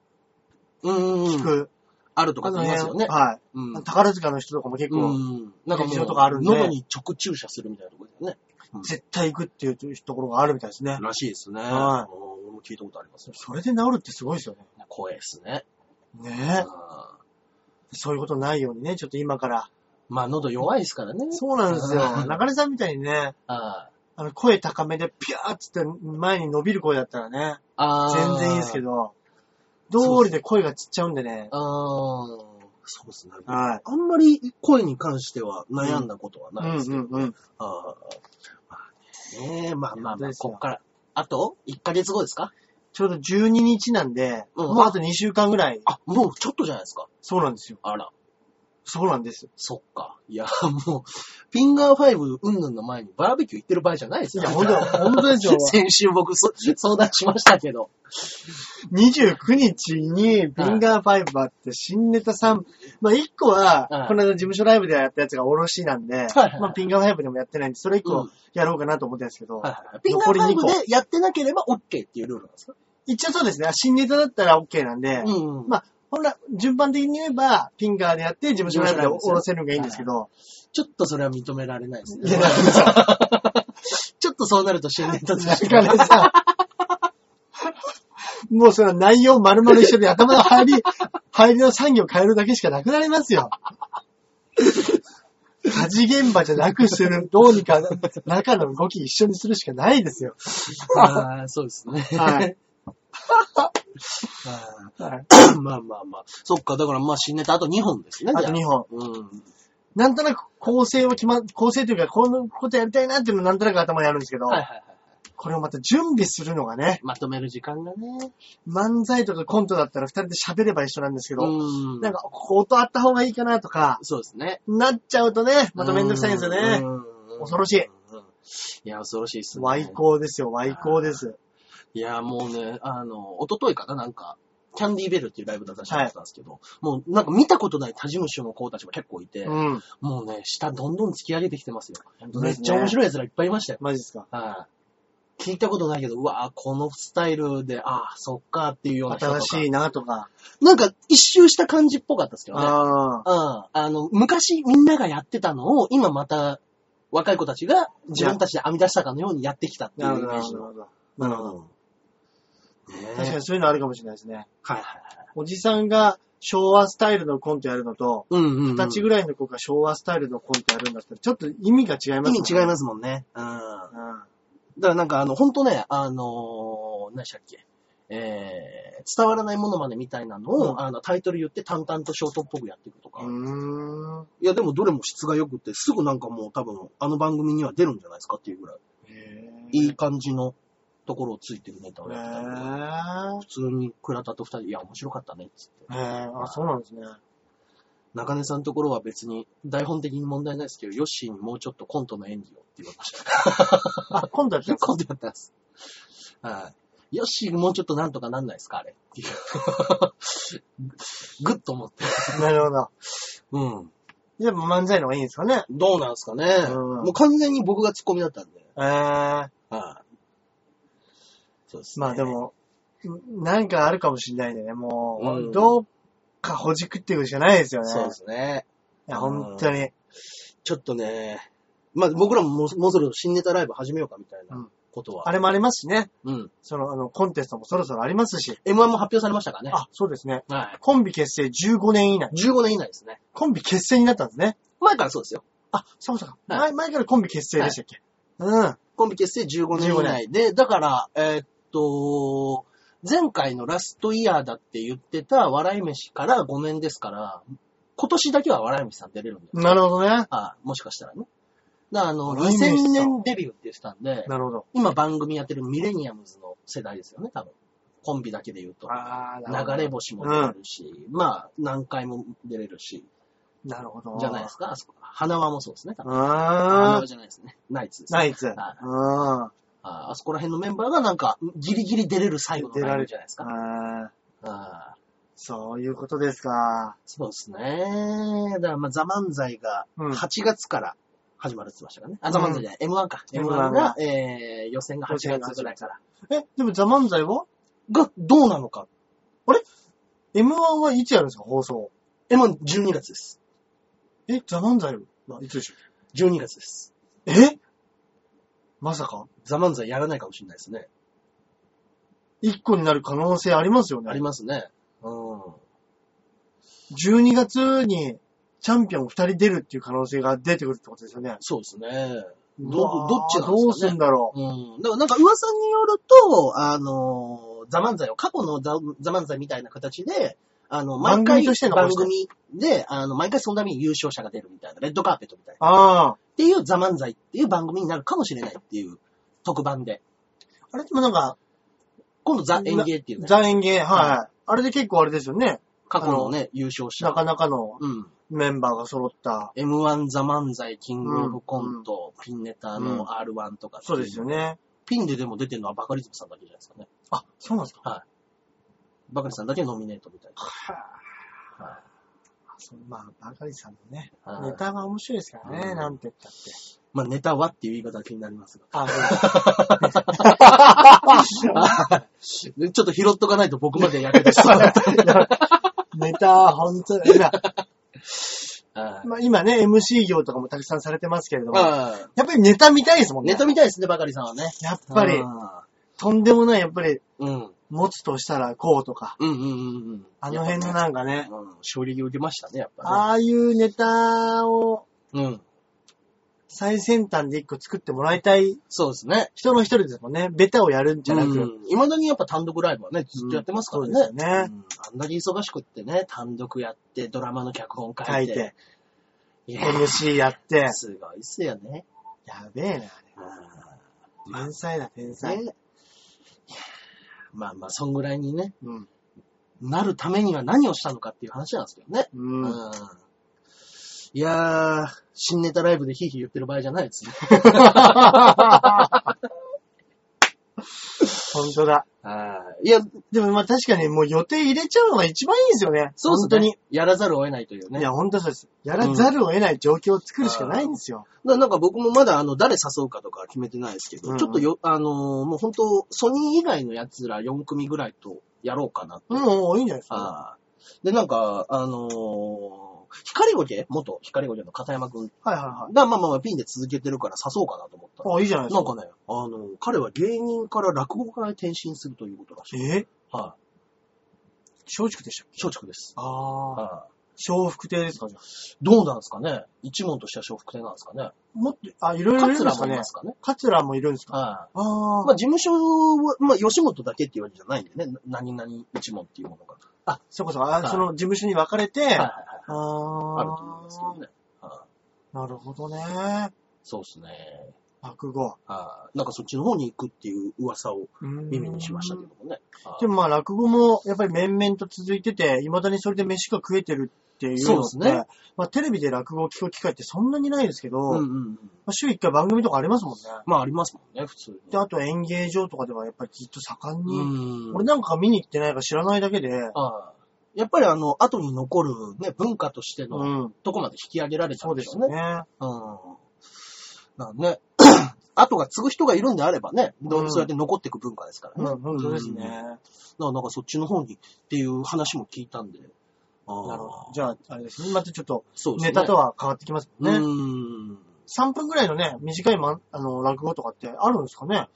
Speaker 1: うんうん
Speaker 2: 聞く。
Speaker 1: あるとかって言いますよね。
Speaker 2: はい。
Speaker 1: うん。
Speaker 2: 宝塚の人とかも結構、
Speaker 1: うん。なんかも
Speaker 2: 劇場
Speaker 1: う、
Speaker 2: とかあるんで
Speaker 1: 喉に直注射するみたいなところでね。
Speaker 2: 絶対行くっていうところがあるみたいですね。
Speaker 1: らしいですね。
Speaker 2: は
Speaker 1: うん俺も聞いたことありますよ。
Speaker 2: それで治るってすごいですよね。
Speaker 1: 怖いですね。
Speaker 2: ねえ。
Speaker 1: うん
Speaker 2: そういうことないようにね、ちょっと今から。
Speaker 1: まあ、喉弱いですからね。
Speaker 2: そうなんですよ。中根さんみたいにね、
Speaker 1: あ
Speaker 2: あの、声高めでピャーっつって前に伸びる声だったらね、
Speaker 1: あ
Speaker 2: 全然いいですけ
Speaker 1: ど。
Speaker 2: ど、どうりで声がちっちゃうんでね。
Speaker 1: あーそうですね。
Speaker 2: はい。
Speaker 1: あんまり声に関しては悩んだことは
Speaker 2: う
Speaker 1: ない
Speaker 2: ん
Speaker 1: ですけど。
Speaker 2: うんうん。
Speaker 1: あーまあね、まあまあま
Speaker 2: 本当
Speaker 1: あ、
Speaker 2: ですよ
Speaker 1: ここから。あと、1ヶ月後ですか
Speaker 2: ちょうど12日なんで、
Speaker 1: うん
Speaker 2: もうあと2週間ぐらい。
Speaker 1: あ、もうちょっとじゃないですか。
Speaker 2: そうなんですよ。
Speaker 1: あら、
Speaker 2: そうなんですよ。
Speaker 1: そっか。いや、もう、フィンガーファイブうんぬんの前にバーベキュー行ってる場合じゃないです
Speaker 2: い
Speaker 1: よ。。
Speaker 2: や、ほんと、ほんとですよ
Speaker 1: 先週僕そ相談しましたけど。
Speaker 2: 29日に、フィンガーファイバーって新ネタ3、まあ1個は
Speaker 1: は、い
Speaker 2: この間事務所ライブでやったやつがおろしなんで、
Speaker 1: はいはい
Speaker 2: まあフィンガーファイブでもやってないんで、それ1
Speaker 1: う
Speaker 2: 個
Speaker 1: ん
Speaker 2: やろうかなと思ってたんですけど、
Speaker 1: はいはいフィンガーファイブでやってなければ OK っていうルールなんですか
Speaker 2: 一応そうですね、新ネタだったら OK なんで、
Speaker 1: うんうん。
Speaker 2: まあ、ほんら、順番的に言えば、フィンガーでやって、事務所ライブでおろせるのがいいんですけど、
Speaker 1: ちょっとそれは認められないです
Speaker 2: い
Speaker 1: ね
Speaker 2: や、。なんかさ、
Speaker 1: ちょっとそうなると新年突して
Speaker 2: 中根さん、 もうその内容丸々一緒で頭の入 り、入りの産業変えるだけしかなくなりますよ。家事現場じゃなくする、どうにか中の動き一緒にするしかないですよ。
Speaker 1: ああ、そうですね。
Speaker 2: はい。
Speaker 1: あ
Speaker 2: はい
Speaker 1: ー まあまあまあ。そっか、だからまあ新ネタあと2本ですね。
Speaker 2: あと2
Speaker 1: 本。
Speaker 2: 本。
Speaker 1: うん。
Speaker 2: なんとなく構成を決ま、構成というか、このことやりたいなっていうのなんとなく頭にあるんですけど、
Speaker 1: はいはいはい。
Speaker 2: これをまた準備するのがね、
Speaker 1: まとめる時間がね。
Speaker 2: 漫才とかコントだったら二人で喋れば一緒なんですけど、
Speaker 1: うん。
Speaker 2: なんか、ここ音あった方がいいかなとか、
Speaker 1: そうですね。
Speaker 2: なっちゃうとね、まためんどくさいんですよね。
Speaker 1: うん。
Speaker 2: 恐ろしい
Speaker 1: うん。いや、恐ろしいですね。
Speaker 2: ワイコーですよ、ワイコーです。
Speaker 1: いや、もうね、あの、一昨日かな、なんか、キャンディーベルっていうライブだったしったんですけど、もうなんか見たことない他事務所の子たちも結構いて、
Speaker 2: うん。
Speaker 1: もうね、下どんどん突き上げてきてますよ。
Speaker 2: 当
Speaker 1: め
Speaker 2: で
Speaker 1: っ
Speaker 2: すね
Speaker 1: ちゃ面白い奴らいっぱいいましたよ。
Speaker 2: マジですか。
Speaker 1: はい。聞いたことないけど、うわぁ、このスタイルで、ああ、そっかっていうような人とか
Speaker 2: 新しいなとか。
Speaker 1: なんか一周した感じっぽかったですけどね。
Speaker 2: ああ。
Speaker 1: うん。あの、昔みんながやってたのを、今また若い子たちが自分たちで編み出したかのようにやってきたってい
Speaker 2: な
Speaker 1: う
Speaker 2: る
Speaker 1: イメー
Speaker 2: ほど、なる
Speaker 1: ジ
Speaker 2: ほ
Speaker 1: の。
Speaker 2: ど。なるほど。
Speaker 1: うん。ね
Speaker 2: 確かにそういうのあるかもしれないですね。
Speaker 1: はいはいはい。
Speaker 2: おじさんが昭和スタイルのコントやるのと、
Speaker 1: うんうん、うん。
Speaker 2: 二十歳ぐらいの子が昭和スタイルのコントやるんだったら、ちょっと意味が違います
Speaker 1: 意味違い
Speaker 2: ま
Speaker 1: ますもんね。うん。だか
Speaker 2: す。うん。
Speaker 1: らなんかあの、ほんとね、あのーの、何でしたっけえー、伝わらないものまでみたいなのを、
Speaker 2: うん
Speaker 1: あの、タイトル言って淡々とショートっぽくやっていくとか。
Speaker 2: うーん。
Speaker 1: いや、でもどれも質が良くて、すぐなんかもう多分、あの番組には出るんじゃないですかっていうぐらい、いい感じのところをついてるネタを
Speaker 2: へ
Speaker 1: やってたんで
Speaker 2: ー
Speaker 1: 普通に倉田と二人、いや、面白かったね、っつって。
Speaker 2: へーあ、そうなんですね。
Speaker 1: 中根さんのところは別に、台本的に問題ないですけど、ヨッシーにもうちょっとコントの演技をって言われました。
Speaker 2: あ、今度はじゃ
Speaker 1: コントやったん です。はい。ヨッシーもうちょっとなんとかなんないですかあれっていう。ぐっと思って。
Speaker 2: あ なるほど。
Speaker 1: うん。
Speaker 2: やっぱ漫才の方がいいんですかね。
Speaker 1: どうなんですかね。
Speaker 2: うん
Speaker 1: もう完全に僕がツッコミだったんで。
Speaker 2: えー、
Speaker 1: はい。そうですね。
Speaker 2: まあで。も、んなんかあるかもしれないんでね、もう、
Speaker 1: うん
Speaker 2: どうかほじくっていくしかないですよね。
Speaker 1: そうですね。
Speaker 2: いや、本当に。
Speaker 1: ちょっとね、まあ僕らももうもうそろそろ新ネタライブ始めようかみたいうなんこと
Speaker 2: あ
Speaker 1: は。
Speaker 2: れもありますしね。
Speaker 1: うん。
Speaker 2: その、あの、コンテストもそろそろありますし。
Speaker 1: M1 も発表されましたからね。
Speaker 2: あ、そうですね。
Speaker 1: は
Speaker 2: コンビ結成15年以内。
Speaker 1: い。15年以内ですね。
Speaker 2: コンビ結成になったんですね。
Speaker 1: 前からそうですよ。
Speaker 2: あ、そうかそうか。
Speaker 1: はい
Speaker 2: 前、前からコンビ結成でしたっけ、
Speaker 1: コンビ結成15年以内で、だから、えーっと、前回のラストイヤーだって言ってた笑い飯から5年ですから、今年だけは笑い飯さん出れるんだよ。
Speaker 2: うん。なるほどね。
Speaker 1: あもしかしたらね。だからあの、
Speaker 2: 笑い飯さん
Speaker 1: 2000年デビューって言ってたんで、
Speaker 2: なるほど。
Speaker 1: 今番組やってるミレニアムズの世代ですよね、多分。コンビだけで言うと。
Speaker 2: あー、なるほど。
Speaker 1: 流れ星も出れるし、まあ、何回も出れるし、
Speaker 2: なるほど。
Speaker 1: じゃないですか、あそこ。花輪もそうですね、多分。
Speaker 2: う
Speaker 1: 花
Speaker 2: ー
Speaker 1: 輪
Speaker 2: ん。
Speaker 1: じゃないですね。ナイツですね
Speaker 2: ナイツ。う
Speaker 1: はい
Speaker 2: ん。う
Speaker 1: ああそこら辺のメンバーがなんか、ギリギリ出れる最後のライブじゃないですか。
Speaker 2: ん。
Speaker 1: ああ
Speaker 2: そういうことですか。
Speaker 1: そうですね。だから、まあ、ザ・漫才が
Speaker 2: うん
Speaker 1: 8月から始まるって言ってましたからね。あ、ザ・漫才じゃない、M1 か。
Speaker 2: M1
Speaker 1: M1 が、えー、予選が8月ぐらいから。
Speaker 2: え、でもザ・漫才は
Speaker 1: が、どうなのか。
Speaker 2: M1 はいつやるんですか放送。
Speaker 1: M12 月です。
Speaker 2: え、ザ・漫才はいつでしょ
Speaker 1: 12月です。
Speaker 2: えまさか
Speaker 1: ザ・漫才やらないかもしれないですね。
Speaker 2: 一個になる可能性ありますよね。
Speaker 1: ありますね。うん。
Speaker 2: 12月にチャンピオン二人出るっていう可能性が出てくるってことですよね。
Speaker 1: そうですね。ど、
Speaker 2: うわー
Speaker 1: どっちなん
Speaker 2: ど
Speaker 1: で
Speaker 2: う
Speaker 1: すか
Speaker 2: す
Speaker 1: ね
Speaker 2: ん。だろ
Speaker 1: うん。だからなんか噂によると、あの、ザ・漫才を過去のザ・ザ・漫才みたいな形で、あの、毎回
Speaker 2: 番組としての。
Speaker 1: 番組で、あの、毎回そのために優勝者が出るみたいな、レッドカーペットみたいう
Speaker 2: ああ。
Speaker 1: な。っていうザ・漫才っていう番組になるかもしれないっていう特番で。
Speaker 2: あれでもなんか、
Speaker 1: 今度ザ・演芸っていうね、
Speaker 2: ザ・演芸、はい。あれで結構あれですよね。
Speaker 1: 過去のね、優勝
Speaker 2: な
Speaker 1: 者。
Speaker 2: かなかの
Speaker 1: うん。
Speaker 2: メンバーが揃った。
Speaker 1: M1 ザ・漫才、キングオブコント、ピンネタ
Speaker 2: うん
Speaker 1: の R1 とかってい
Speaker 2: そうですよ。ね。
Speaker 1: ピンででも出てるのはバカリズムさんだけじゃないですかね。
Speaker 2: あ、そうなんですか
Speaker 1: バカリさんだけノミネートみたい
Speaker 2: は
Speaker 1: な。はい
Speaker 2: あそうまあ、バカリさんのね、
Speaker 1: はい
Speaker 2: ネタが面白いですからね、
Speaker 1: うん
Speaker 2: なんて言ったって。
Speaker 1: まあ、ネタはっていう言い方が気になりますが。
Speaker 2: あ、
Speaker 1: ちょっと拾っとかないと僕までやけどし そうだった
Speaker 2: ネタ、本当に。今、
Speaker 1: あ
Speaker 2: まあ、今ね、MC 業とかもたくさんされてますけれども、やっ
Speaker 1: あ
Speaker 2: ぱりネタ見たいですもんね。
Speaker 1: ネタみたいですね、バカリさんはね。やっ
Speaker 2: やっぱり
Speaker 1: う、ん。
Speaker 2: とんでもない、やっぱり、
Speaker 1: うん
Speaker 2: 持つとしたらこうとか、
Speaker 1: うんうんうん。
Speaker 2: あの辺の
Speaker 1: ね。
Speaker 2: なんかね、
Speaker 1: うん。衝撃を受けましたね、やっぱ
Speaker 2: ああいうネタを
Speaker 1: ね。うん。
Speaker 2: 最先端で一個作ってもらいたい
Speaker 1: そうですね。
Speaker 2: 人の一人ですもんね。ベタをやるんじゃなく、
Speaker 1: いまだにやっぱ単独ライブはね、ずっとやってますからね。
Speaker 2: うんそうですよ
Speaker 1: う
Speaker 2: ね
Speaker 1: んあんなに忙しくってね、単独やって、ドラマの脚本書
Speaker 2: 書
Speaker 1: い
Speaker 2: い
Speaker 1: て。
Speaker 2: て、
Speaker 1: いや
Speaker 2: MC やって。
Speaker 1: すごいっすよね。
Speaker 2: やべえ
Speaker 1: う
Speaker 2: な。天才だ、天
Speaker 1: んね
Speaker 2: 才。
Speaker 1: いやまあまあ、そんぐらいにね、
Speaker 2: うん。
Speaker 1: なるためには何をしたのかっていう話なんですけどね。
Speaker 2: うん。
Speaker 1: うんいやー、新ネタライブでヒーヒー言ってる場合じゃないです ね。
Speaker 2: 本当だ。
Speaker 1: はいいや、
Speaker 2: でもまあ確かにもう予定入れちゃうのが一番いいんですよね。
Speaker 1: そう
Speaker 2: 本
Speaker 1: で
Speaker 2: 当
Speaker 1: す
Speaker 2: に
Speaker 1: ね。。やらざるを得ないというね。
Speaker 2: いや、本当そうです。やらざるを得ない状況を作るしかないんですよ。
Speaker 1: ななんか僕もまだあの、誰誘うかとか決めてないですけど、
Speaker 2: うんうん
Speaker 1: ちょっとよ、あのーもう本当ソニー以外のやつら4組ぐらいとやろうかなと。
Speaker 2: うん、もういいんじゃないですか。
Speaker 1: あーで、なんか、あのー光ゴケ元光ゴケの片山くん
Speaker 2: はいはいは
Speaker 1: が、まあまあまあピンで続けてるから誘おうかなと思った
Speaker 2: い。あ、いいじゃないで
Speaker 1: な
Speaker 2: す
Speaker 1: んかね、あの、彼は芸人から落語家へ転身するということらしい。
Speaker 2: か。え
Speaker 1: は
Speaker 2: 松竹でしたっけ
Speaker 1: い、松竹です。
Speaker 2: ああ。
Speaker 1: は
Speaker 2: 小福亭ですかじゃ
Speaker 1: どうなんですかね一門としては小福亭なんですかね
Speaker 2: あ。もっと、あ、いろいろいるんで
Speaker 1: 桂
Speaker 2: す
Speaker 1: も
Speaker 2: か
Speaker 1: い
Speaker 2: ね
Speaker 1: ま。すかね
Speaker 2: カツラもいるんですか
Speaker 1: はい。
Speaker 2: ああ。
Speaker 1: まあ事務所は、まあ吉本だけっていうわけじゃないんでね。な何々一門っていうものが。
Speaker 2: あ、そうかそうか。あ
Speaker 1: はい
Speaker 2: その事務所に分かれて、
Speaker 1: はいは
Speaker 2: あ
Speaker 1: いはい。
Speaker 2: あ。
Speaker 1: あると思いますけどね。はい
Speaker 2: なるほどね。
Speaker 1: そうですね。
Speaker 2: 落語。
Speaker 1: はいなんかそっちの方に行くっていう噂を
Speaker 2: 耳
Speaker 1: 耳にしましたけどもね。はい
Speaker 2: でもまあ落語もやっぱり面々と続いてて、未だにそれで飯が食えてるっていうのって、
Speaker 1: そうですね
Speaker 2: まあテレビで落語を聞く機会ってそんなにないですけど、
Speaker 1: うんう
Speaker 2: ま
Speaker 1: んうん。
Speaker 2: あ、週一回番組とかありますもんね。
Speaker 1: まあありますもんね、普通に。
Speaker 2: で、あと演芸場とかではやっぱりずっと盛ん
Speaker 1: う
Speaker 2: に、
Speaker 1: ん。
Speaker 2: 俺なんか見に行ってないから知らないだけで、
Speaker 1: はいやっぱりあの、後に残るね、文化としての
Speaker 2: うん、
Speaker 1: とこまで引き上げられちゃ
Speaker 2: そううん
Speaker 1: で
Speaker 2: ですす
Speaker 1: よ
Speaker 2: よ
Speaker 1: ね。
Speaker 2: ね。
Speaker 1: うん。なんでね、 後が継ぐ人がいるんであればね、どう
Speaker 2: うん
Speaker 1: そうやって残っていく文化ですから
Speaker 2: う
Speaker 1: ね。
Speaker 2: ん、本当ですね。
Speaker 1: うんだか
Speaker 2: なる
Speaker 1: らなんかそっちの方にっていう話も聞いたんで。あー
Speaker 2: ほど。じゃあ、あれですね。またちょっと
Speaker 1: そうですね。
Speaker 2: ネタとは変わってきます
Speaker 1: ね。
Speaker 2: ね。
Speaker 1: うん。
Speaker 2: 3分ぐらいのね、短い、ま、あの、落語とかってあるんですかね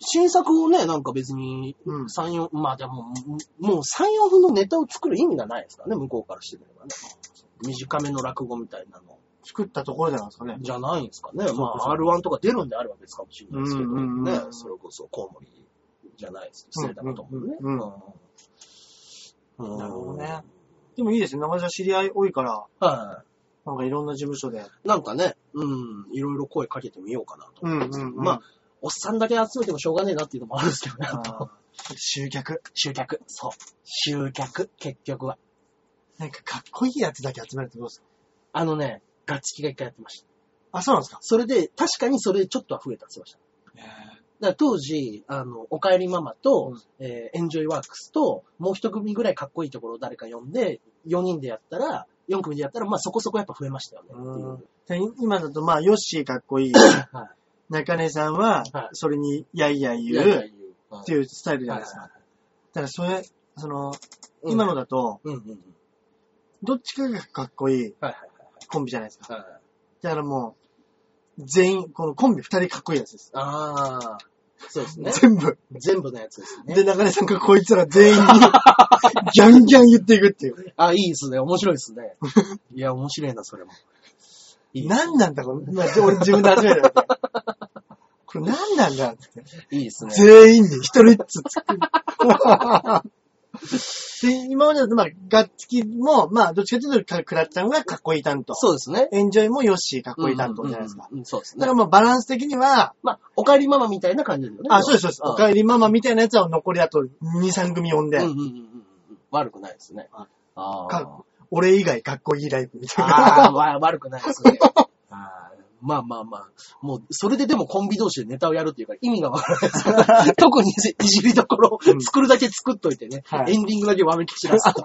Speaker 1: 新作をね、なんか別に、
Speaker 2: うん
Speaker 1: 三四まあでも、もう3、4分のネタを作る意味がないですからね、向こうからしてみればね。短めの落語みたいなの。
Speaker 2: 作ったところじゃないですかね。
Speaker 1: じゃないんですかね。
Speaker 2: そう
Speaker 1: ま
Speaker 2: か
Speaker 1: あ、R1 とか出るんであれば別かもしれないですけど
Speaker 2: うんうんうん
Speaker 1: ね。それこそ、コウモリじゃないですけど、失礼だなと思うね。
Speaker 2: うんうん
Speaker 1: うん
Speaker 2: なるほどね。でもいいですね。中島知り合い多いから、
Speaker 1: は
Speaker 2: なんかいろんな事務所で。
Speaker 1: い。なんかね、うん、いろいろ声かけてみようかなと。
Speaker 2: んうん
Speaker 1: まあ、おっさんだけ集めてもしょうがねえなっていうのもあるんですけどね。
Speaker 2: あー集客。
Speaker 1: 集客。そう。集客、結局は。
Speaker 2: なんかかっこいいやつだけ集めるってどうですか
Speaker 1: あのね、ガチキが一回やってました。
Speaker 2: あ、そうなんですか
Speaker 1: それで、確かにそれでちょっとは増えたって言ってました。だから当時、あの、おかえりママと、えーエンジョイワークスと、もう一組ぐらいかっこいいところを誰か呼んで、4人でやったら、4組でやったら、まあそこそこやっぱ増えましたよねっていう。
Speaker 2: で今だとまあ、ヨッシーかっこ いい。
Speaker 1: は
Speaker 2: 中根さんは
Speaker 1: はい、
Speaker 2: それにやいやい
Speaker 1: い
Speaker 2: 言
Speaker 1: やいや
Speaker 2: う
Speaker 1: 言う。
Speaker 2: っていうスタイルじゃないです
Speaker 1: は
Speaker 2: か
Speaker 1: い。
Speaker 2: だからそれ、その、
Speaker 1: うん
Speaker 2: 今のだと、
Speaker 1: うんうんうん。
Speaker 2: どっちかがかっこいい
Speaker 1: はいはい
Speaker 2: コンビじゃないですか。
Speaker 1: はいはい。
Speaker 2: だからもう、全員、このコンビ二人かっこいいやつです。
Speaker 1: ああ、そうですね。
Speaker 2: 全部。
Speaker 1: 全部のやつですね。
Speaker 2: で、中根さんがこいつら 全員に、ギャンギャン言っていくっていう。
Speaker 1: あ、いいですね。面白いです ね。いや、面白いな、それも。いいです
Speaker 2: 何なんだこれ、まあ、俺自分で集める。これ何なんだって。
Speaker 1: いいですね。
Speaker 2: 全員に一人ずつ作る。 で今までだと、まあ、ガッツキも、まあ、どっちかというと、クラッちゃんがかっこいい担当。
Speaker 1: そうですね。
Speaker 2: エンジョイもヨッシーかっこいい担当じゃないですか。
Speaker 1: うんうんうんうんそうですね
Speaker 2: だから。まあ、バランス的には、
Speaker 1: まあ、おかえりママみたいな感じだよね。
Speaker 2: あ、そうです、そうです。
Speaker 1: ん
Speaker 2: おかえりママみたいなやつは残りあと2、3組呼んで、
Speaker 1: うんうんうんうんうん。悪くないですね。
Speaker 2: はい
Speaker 1: あ
Speaker 2: かっ
Speaker 1: ー
Speaker 2: 俺以外かっこいいライブみたい
Speaker 1: あー、
Speaker 2: な。
Speaker 1: わ悪くないですね。あーまあまあまあ。もう、それででもコンビ同士でネタをやるっていうから意味がわからないです から。特にいじりどころ
Speaker 2: うん
Speaker 1: を作るだけ作っといてね。
Speaker 2: はい
Speaker 1: エンディングだけわめき散らすと。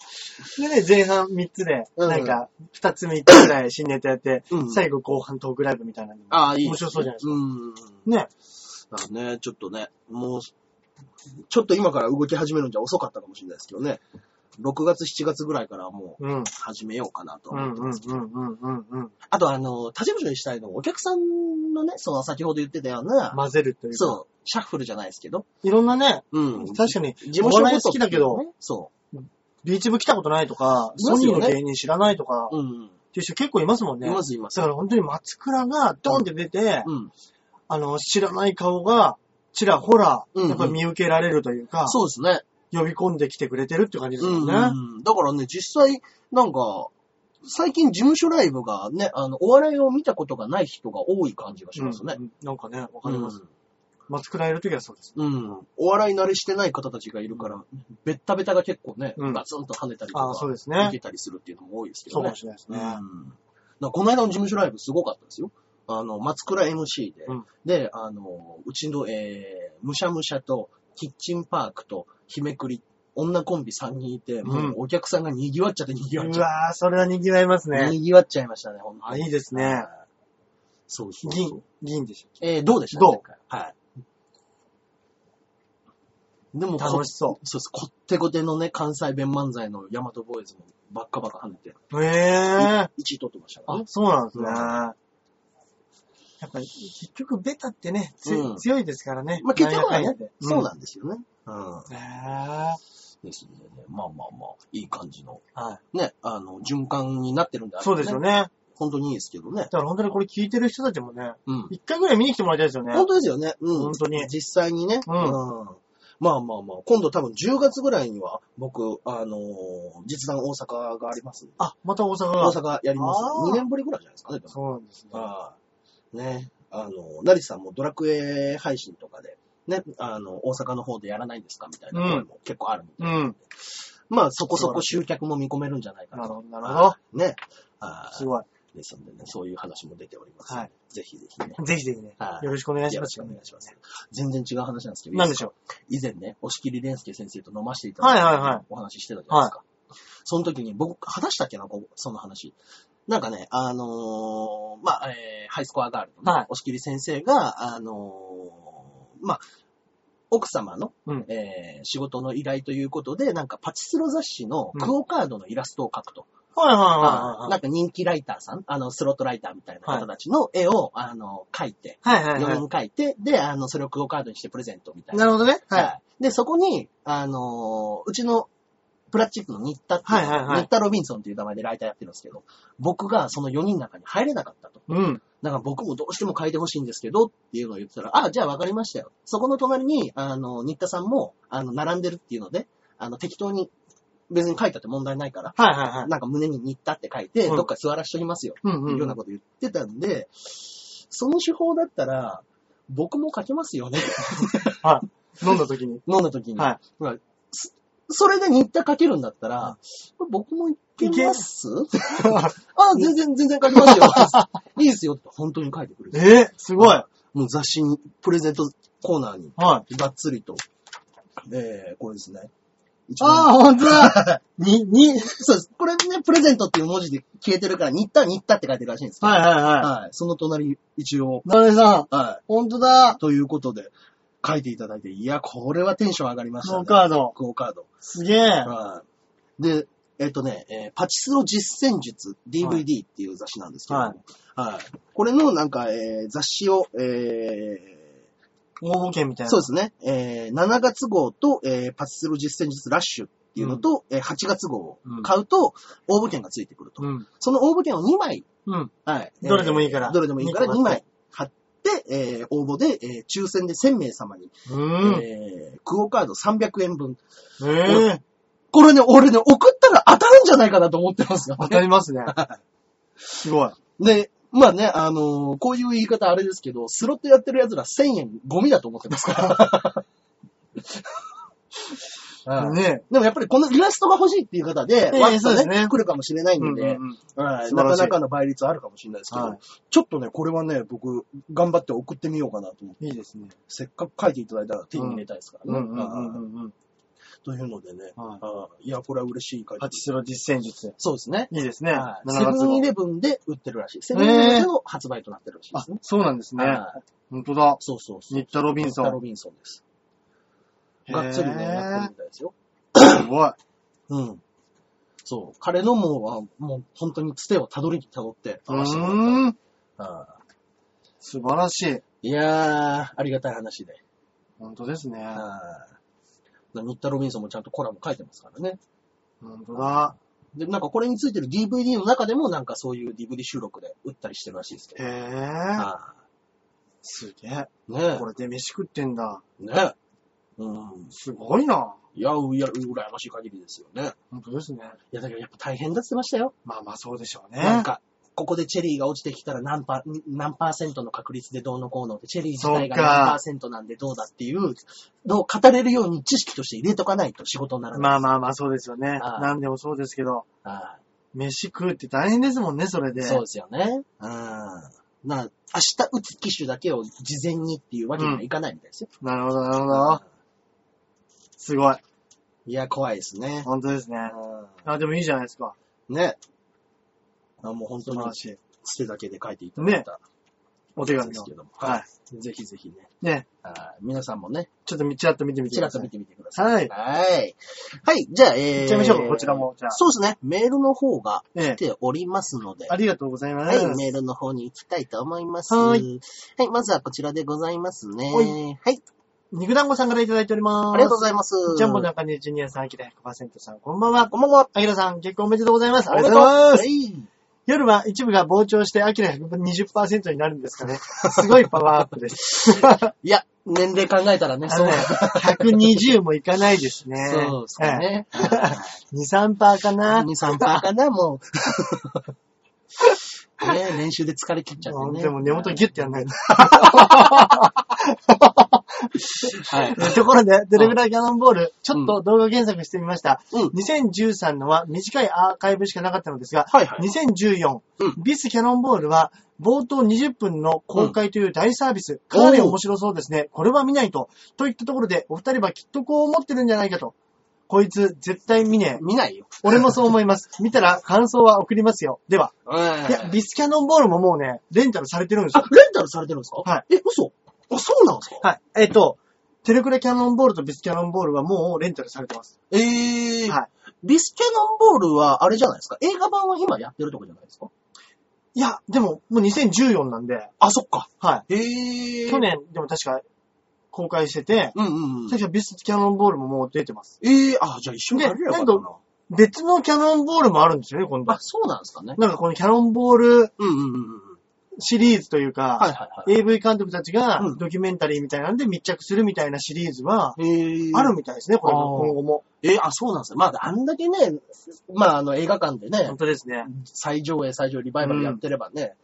Speaker 2: それ で、前半3つで、
Speaker 1: うん
Speaker 2: なんか、2つ3つぐらい新ネタやって、
Speaker 1: うん
Speaker 2: 最後後半トークライブみたいなのも
Speaker 1: ああ、いい。
Speaker 2: 面白そうじゃないです
Speaker 1: か。うん。
Speaker 2: か。ね。
Speaker 1: だからね、ちょっとね、もう、ちょっと今から動き始めるんじゃ遅かったかもしれないですけどね。6月、7月ぐらいからもう
Speaker 2: うん。
Speaker 1: 始めようかなと。
Speaker 2: うんうんうんうんうんうん。
Speaker 1: あと、あの、他事務所にしたいのはお客さんのね、その先ほど言ってたような、
Speaker 2: 混ぜるというか。
Speaker 1: そう、シャッフルじゃないですけど。
Speaker 2: いろんなね、
Speaker 1: うん。
Speaker 2: 確かに、
Speaker 1: 事
Speaker 2: お
Speaker 1: ごと
Speaker 2: 笑い好きだけど、
Speaker 1: そ
Speaker 2: ビーチ部来たことないとか、
Speaker 1: い
Speaker 2: ソ
Speaker 1: ます
Speaker 2: ニー
Speaker 1: よ
Speaker 2: の
Speaker 1: ね
Speaker 2: 芸人知らないとか、
Speaker 1: う。うん。
Speaker 2: っていう人結構いますもんね。
Speaker 1: いますいます。
Speaker 2: だから本当に松倉がドンって出て、
Speaker 1: うん。
Speaker 2: あの、知らない顔が、ちらほら、
Speaker 1: うんうん
Speaker 2: やっぱ見受けられるというか、
Speaker 1: そうですね。
Speaker 2: 呼び込んできてくれてるって感じです
Speaker 1: うん
Speaker 2: よね。
Speaker 1: うん。だからね、実際、なんか、最近事務所ライブがね、あの、お笑いを見たことがない人が多い感じがしますね。
Speaker 2: うんなんかね、わか
Speaker 1: わ
Speaker 2: ります。。松倉いるときはそうです。
Speaker 1: うん。お笑い慣れしてない方たちがいるから、ベッタベタが結構ね、
Speaker 2: うん
Speaker 1: ガツンと跳ねたりと
Speaker 2: ああ、そう
Speaker 1: か、
Speaker 2: です
Speaker 1: 受
Speaker 2: ね
Speaker 1: け。たりするっていうのも多いですけど
Speaker 2: そうか
Speaker 1: ね
Speaker 2: も。しれないです
Speaker 1: うん。
Speaker 2: ね。
Speaker 1: だからこの間の事務所ライブすごかったですよ。あの、松倉 MC で、
Speaker 2: うん
Speaker 1: で、あの、うちの、えー、むしゃむしゃと、キッチンパークと、日めくり、女コンビ3人いて、もうお客さんが賑わっちゃって賑わっ
Speaker 2: う
Speaker 1: ちゃっ
Speaker 2: わー、それは賑わいます
Speaker 1: て、
Speaker 2: ね。
Speaker 1: 賑わっちゃいましたね、ほんと
Speaker 2: あ、
Speaker 1: に。
Speaker 2: いいですね。
Speaker 1: そうそうそう。
Speaker 2: 銀、銀でし
Speaker 1: えー、どうでした
Speaker 2: どう
Speaker 1: 前回はい。でも、
Speaker 2: ょ。楽しそ
Speaker 1: そうです。こってこてのね、関西弁漫才のヤマトボーイズもバッカバカ跳ねて、
Speaker 2: う。へえ。
Speaker 1: 1位取ってましたから
Speaker 2: あ
Speaker 1: ね、。
Speaker 2: そうなんですね。
Speaker 1: うん
Speaker 2: やっぱり、結局、ベタってね、つ
Speaker 1: うん
Speaker 2: 強いですからね。
Speaker 1: まあ、結局は
Speaker 2: なんや
Speaker 1: ね
Speaker 2: かんやで、
Speaker 1: そうなんですよね。うん。
Speaker 2: うん。ね
Speaker 1: ですんでね。まあまあまあ、いい感じの、
Speaker 2: は
Speaker 1: ね、あの、循環になってるんであ
Speaker 2: い。
Speaker 1: れば
Speaker 2: そうですよ。ね。
Speaker 1: 本当にいいですけどね。
Speaker 2: だから本当にこれ聞いてる人たちもね、
Speaker 1: うん。
Speaker 2: 一回ぐらい見に来てもらいたいですよね。
Speaker 1: 本当ですよね。うん。
Speaker 2: 本当に
Speaker 1: 実際にね。
Speaker 2: うん
Speaker 1: まあまあまあ、今度多分10月ぐらいには、僕、あのー実弾大阪がありますんで。
Speaker 2: あ、また大阪
Speaker 1: 大
Speaker 2: が。
Speaker 1: 阪やります
Speaker 2: あ。ー
Speaker 1: 2年ぶりぐらいじゃないですかね。でも
Speaker 2: そうなんですね。
Speaker 1: はい。ね。あの、成さんもドラクエ配信とかで、ね、あの、大阪の方でやらないんですかみたいな声も結構あるみたいな
Speaker 2: うん。
Speaker 1: まあ、そこそこ集客も見込めるんじゃないか
Speaker 2: なる
Speaker 1: と。
Speaker 2: ほど、なるほど。
Speaker 1: ね。あ
Speaker 2: すごい。
Speaker 1: い。ですのでね、そういう話も出ております。
Speaker 2: は
Speaker 1: はいい。ぜひぜひね。
Speaker 2: ぜひぜひね
Speaker 1: は、い
Speaker 2: よろしくお願いし
Speaker 1: よ
Speaker 2: ま
Speaker 1: ろし
Speaker 2: す
Speaker 1: くお。願いします。全然違う話なんですけど、
Speaker 2: なんでしょ
Speaker 1: 以前ね、押切蓮介先生と飲ませていただいて、
Speaker 2: はいはいはい
Speaker 1: お話ししてたじゃないですか。その時に僕、話したっけな、こうその話。なんかね、あのーまあ、えーハイスコアガールのね、
Speaker 2: はい
Speaker 1: 押切先生が、あのーまあ、奥様の、
Speaker 2: うん
Speaker 1: えー仕事の依頼ということで、なんかパチスロ雑誌のクオカードのイラストを描くと。
Speaker 2: う。はいはいはいは
Speaker 1: ないんか人気ライターさん、あの、スロットライターみたいな方たちの絵を、あの、描いて、
Speaker 2: はい。はいはい
Speaker 1: 4人
Speaker 2: は
Speaker 1: 描いて、で、あの、それをクオカードにしてプレゼントみたい
Speaker 2: い。
Speaker 1: な
Speaker 2: な。るほどね。はい。
Speaker 1: はい。で、そこに、あのーうちのプラスチックの新田っていう、
Speaker 2: はいはいはい
Speaker 1: 新田ロビンソンっていう名前でライターやってるんですけど、僕がその4人の中に入れなかったと。
Speaker 2: うん。
Speaker 1: だから僕もどうしても書いてほしいんですけどっていうのを言ってたら、あ、じゃあわかりましたよ。そこの隣に、あの、新田さんも、あの、並んでるっていうので、あの、適当に別に書いたって問題ないから、
Speaker 2: はいはいはい。
Speaker 1: なんか胸に新田って書いて、
Speaker 2: うん
Speaker 1: どっか座らしときますよ。
Speaker 2: うん。
Speaker 1: いううんようなこと言ってたんで、その手法だったら、僕も書けますよね。
Speaker 2: 飲んだ時に。
Speaker 1: 飲んだ時に。
Speaker 2: は
Speaker 1: ほらそそれで日田かけるんだったら、僕もいけますあ、全然、全然書きます よ。いいですよって本当に書いてくれ
Speaker 2: え
Speaker 1: る。
Speaker 2: ーすごい。は
Speaker 1: もう雑誌に、プレゼントコーナーに、
Speaker 2: い。
Speaker 1: がっつりと。えー、これですね。一番
Speaker 2: ああ、ほんとだ。に、に、
Speaker 1: そうです。これね、プレゼントっていう文字で消えてるから、日田、日田って書いてるらしいんですけど
Speaker 2: はいはいは
Speaker 1: はい。その隣、一応、
Speaker 2: い。なべさん、
Speaker 1: は
Speaker 2: ほんとだ
Speaker 1: い。。ということで、書いていただいて、いや、これはテンション上がりました
Speaker 2: ノー
Speaker 1: ね。
Speaker 2: カード。
Speaker 1: クオカード。
Speaker 2: すげえ。
Speaker 1: はい。で、えっ、とね、えーパチスロ実践術 DVD っていう雑誌なんですけど、
Speaker 2: は
Speaker 1: はい。これのなんか、えー雑誌を、え
Speaker 2: 応募券みた
Speaker 1: ー
Speaker 2: いな。
Speaker 1: そう
Speaker 2: う
Speaker 1: ですね、えー7月号と、えーパチスロ実践術ラッシュっていうのと、えー8月号を買うと、応募券がついてくると。
Speaker 2: うん。
Speaker 1: その応募券を2枚、
Speaker 2: うん。
Speaker 1: はい。えー
Speaker 2: どれでもいいから
Speaker 1: どれでもいいから
Speaker 2: 二
Speaker 1: 2
Speaker 2: 個買っ
Speaker 1: 枚貼って、えー応募で、えー抽選で1000名様に、
Speaker 2: うん。
Speaker 1: えークオカード300円分。
Speaker 2: ええ。
Speaker 1: これね、俺ね、送ったら当たるんじゃないかなと思ってますよ。
Speaker 2: 当たりますね。 すごい。
Speaker 1: で、まあね、あのーこういう言い方あれですけど、スロットやってる奴ら1000円ゴミだと思ってます から。はい
Speaker 2: ね
Speaker 1: でもやっぱりこのイラストが欲しいっていう方で、
Speaker 2: ええ
Speaker 1: わっと
Speaker 2: そうですね
Speaker 1: 来るかもしれない
Speaker 2: うんん
Speaker 1: で、
Speaker 2: うんうん
Speaker 1: はい
Speaker 2: 素
Speaker 1: な
Speaker 2: 晴らし
Speaker 1: かな
Speaker 2: い
Speaker 1: かの倍率はあるかもしれないですけど、
Speaker 2: はい
Speaker 1: ちょっとね、これはね、僕、頑張って送ってみようかなと思って、
Speaker 2: いいですね。
Speaker 1: せっかく書いていただいたら手に入れたいですからね。
Speaker 2: うんうんう
Speaker 1: はい
Speaker 2: んうん
Speaker 1: というのでね、
Speaker 2: はい
Speaker 1: はいいや、これは嬉しい感
Speaker 2: パチ
Speaker 1: じ。
Speaker 2: スロ実践術。
Speaker 1: そうですね。
Speaker 2: いいですね。
Speaker 1: はい
Speaker 2: 7
Speaker 1: セ
Speaker 2: 月
Speaker 1: ブンイ
Speaker 2: 号。
Speaker 1: レブンで売ってるらしい。セ
Speaker 2: え
Speaker 1: ブンイレブンの発売となってるらしいで
Speaker 2: あ
Speaker 1: すね。、
Speaker 2: そうなんですね。
Speaker 1: はい
Speaker 2: 本当だ。
Speaker 1: そうそうそう。
Speaker 2: ニッタ・ロビンソ
Speaker 1: ニッタロ
Speaker 2: ン。
Speaker 1: ビンソンです。がっつりね、やってるみたいですよ。
Speaker 2: へーすごい。
Speaker 1: うん。そう。彼のもう、あもう本当につてをたどりにたどって、
Speaker 2: う
Speaker 1: 話してもらった
Speaker 2: ーん。
Speaker 1: ああ
Speaker 2: 素晴らしい。
Speaker 1: いやー、ありがたい話で。
Speaker 2: 本当ですね。
Speaker 1: ああニッタ・ロビンソンもちゃんとコラム書いてますからね。
Speaker 2: 本当だ。
Speaker 1: で、なんかこれについてる DVD の中でもなんかそういう DVD 収録で売ったりしてるらしいですけ
Speaker 2: へ
Speaker 1: ど。
Speaker 2: え。
Speaker 1: ああ
Speaker 2: すげえ。
Speaker 1: ねえ
Speaker 2: これで飯食ってんだ。。
Speaker 1: ねえ。うん。
Speaker 2: すごいな。
Speaker 1: いや、うや、羨ましい限りですよね。
Speaker 2: 本当ですね。
Speaker 1: いや、だけどやっぱ大変だって言ってましたよ。
Speaker 2: まあまあそうでしょうね。
Speaker 1: なんか、ここでチェリーが落ちてきたら何パー、何パーセントの確率でどうのこうのって、チェリー自体が
Speaker 2: そうか
Speaker 1: 何パーセントなんでどうだっていうのを語れるように知識として入れとかないと仕事にならない。
Speaker 2: まあまあまあそうですよね。
Speaker 1: ああ
Speaker 2: 何でもそうですけど、
Speaker 1: あ
Speaker 2: 飯食うって大変ですもんね、それで。
Speaker 1: あそうですよね。うん。な、明日打つ機種だけを事前にっていうわけにはいかないみたいですよ。
Speaker 2: なるほど、なるほど。すごい。
Speaker 1: いや、怖いですね。
Speaker 2: 本当ですね。
Speaker 1: う
Speaker 2: あ、でもいいじゃないですか。
Speaker 1: んね。あもう本当
Speaker 2: 素晴ら
Speaker 1: に、
Speaker 2: しい。
Speaker 1: つてだけで書いていただいた
Speaker 2: お手
Speaker 1: ん
Speaker 2: 紙
Speaker 1: です
Speaker 2: の
Speaker 1: け。ども。。
Speaker 2: はい
Speaker 1: ぜひぜひね。
Speaker 2: ね。
Speaker 1: あ皆さんもね、
Speaker 2: ちょっとちらっと見てみて
Speaker 1: ち
Speaker 2: く
Speaker 1: らっと
Speaker 2: ださい
Speaker 1: 見。てみてください。
Speaker 2: はい。
Speaker 1: はい。はい、じゃあ、えー。
Speaker 2: 行っちゃいましょうかこちらもじゃあ
Speaker 1: そうですね。メールの方が
Speaker 2: え
Speaker 1: 来。
Speaker 2: え
Speaker 1: ておりますので。
Speaker 2: ありがとうございま
Speaker 1: は
Speaker 2: す。
Speaker 1: い、メールの方に行きたいと思います。
Speaker 2: は
Speaker 1: はいい。はい、まずはこちらでございますね。
Speaker 2: は
Speaker 1: はいい。
Speaker 2: 肉団子さんからいただいております。
Speaker 1: ありがとうございます。
Speaker 2: ジャンボ中根ジュニアさん、秋田100%さん、こんばんは。
Speaker 1: こんばんは。
Speaker 2: アキラさん、結婚おめでとうございます。あ
Speaker 1: あ
Speaker 2: り
Speaker 1: り
Speaker 2: が
Speaker 1: がと
Speaker 2: とう
Speaker 1: う
Speaker 2: ご
Speaker 1: ご
Speaker 2: ざい
Speaker 1: ざい
Speaker 2: ま。
Speaker 1: ますす。
Speaker 2: 夜は一部が膨張して、アキラ120%になるんですかね。すごいパワーアップです。
Speaker 1: いや、年齢考えたらね、
Speaker 2: あ
Speaker 1: そ
Speaker 2: の
Speaker 1: う
Speaker 2: ね、120もいかないですね。
Speaker 1: そうですかね。
Speaker 2: ええ。2、3%かな。
Speaker 1: 2、3%かな、 もう。ね練習で疲れ切っちゃってね。
Speaker 2: でも根元ギュッてやんないと。
Speaker 1: はい。
Speaker 2: ところで、どれぐらいキャノンボール、ちょっと動画検索してみました。
Speaker 1: うん
Speaker 2: 2013のは短いアーカイブしかなかったのですが、
Speaker 1: はいはい。
Speaker 2: 2014、
Speaker 1: う
Speaker 2: ビスキャノンボールは冒頭20分の公開という大サービス、かなり面白そうですね。これは見ないと。といったところで、お二人はきっとこう思ってるんじゃないかと。こいつ絶対見ねえ。
Speaker 1: 見ないよ。
Speaker 2: 俺もそう思います。見たら感想は送りますよ。では。
Speaker 1: うん
Speaker 2: いや、ビスキャノンボールももうね、レンタルされてるんです
Speaker 1: あ
Speaker 2: よ。、
Speaker 1: レンタルされてるんですか。
Speaker 2: は
Speaker 1: え、
Speaker 2: い
Speaker 1: 嘘あ、そうなんですか
Speaker 2: はい。えっ、と、テレクレキャノンボールとビスキャノンボールはもうレンタルされてます。
Speaker 1: ええ
Speaker 2: はい
Speaker 1: ビスケノンボールは、あれじゃないですか映画版は今やってるとこじゃないですか
Speaker 2: いや、でも、もう2014なんで、
Speaker 1: あ、そっか。
Speaker 2: は
Speaker 1: え
Speaker 2: い。
Speaker 1: え
Speaker 2: 去。年、でも確か、公開してて、
Speaker 1: うんうんうん。
Speaker 2: 確かビスキャノンボールももう出てます。
Speaker 1: ええあ、じゃあ一緒にやれればよかった
Speaker 2: 別のキャノンボールもあるんですよね、今
Speaker 1: な。
Speaker 2: 度
Speaker 1: あ、。そうなんですかね。
Speaker 2: なんかこのキャノンボー
Speaker 1: う
Speaker 2: ル
Speaker 1: んうんうんうん。
Speaker 2: シリーズという
Speaker 1: はい
Speaker 2: か、
Speaker 1: はいはい。
Speaker 2: AV 監督たちが
Speaker 1: うん
Speaker 2: ドキュメンタリーみたいなんで密着するみたいなシリーズは、
Speaker 1: ええ
Speaker 2: あるみたいですね、これ
Speaker 1: あー
Speaker 2: 今後も。
Speaker 1: ええあ、そうなんですね。まあ、あんだけね、まあ、あの、映画館でね
Speaker 2: 本、当ですね。
Speaker 1: 最上映、最上リバイバルやってればね。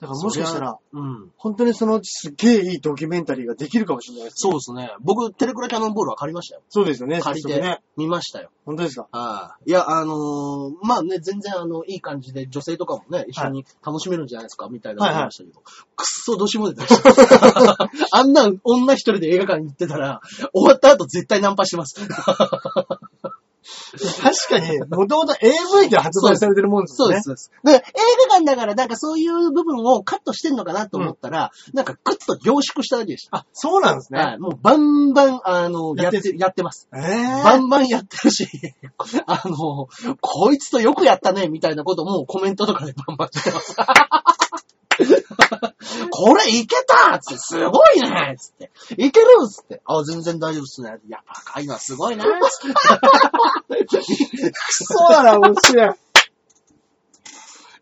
Speaker 2: だからもしかしたら、
Speaker 1: うん。
Speaker 2: 本当にそのうちすっげえいいドキュメンタリーができるかもしれないです。
Speaker 1: そうですね。僕、テレクラキャノンボールは借りましたよ。
Speaker 2: そうですよね、
Speaker 1: 借り
Speaker 2: 早速
Speaker 1: て
Speaker 2: ね。、
Speaker 1: 見ましたよ。
Speaker 2: 本当ですか
Speaker 1: ああいや、あのーまあね、全然あの、いい感じで女性とかもね、一緒に楽しめるんじゃないですか、みたいなのありましたけど、くっそどうしようも出てました。 あんな女一人で映画館に行ってたら、終わった後絶対ナンパしてます。
Speaker 2: 確かに、もともと AV で発売されてるもんで す
Speaker 1: そ
Speaker 2: よ
Speaker 1: う
Speaker 2: ね
Speaker 1: です、。そうです。で、映画館だからなんかそういう部分をカットしてんのかなと思ったら、なんかグッと凝縮しただけでした。
Speaker 2: あ、そうなんですね。
Speaker 1: はい、もうバンバン、あの、
Speaker 2: や
Speaker 1: や
Speaker 2: っ
Speaker 1: ってて
Speaker 2: る、
Speaker 1: やってます。
Speaker 2: え
Speaker 1: バ
Speaker 2: ー
Speaker 1: ンバンやってるし、 あの、こいつとよくやったね、みたいなこともコメントとかでバンバンしてます。 これいけたつって、すごいねつって、いけるつって、あ、全然大丈夫っすね。いや、高いのはすごいなつって。
Speaker 2: そうなら面白い。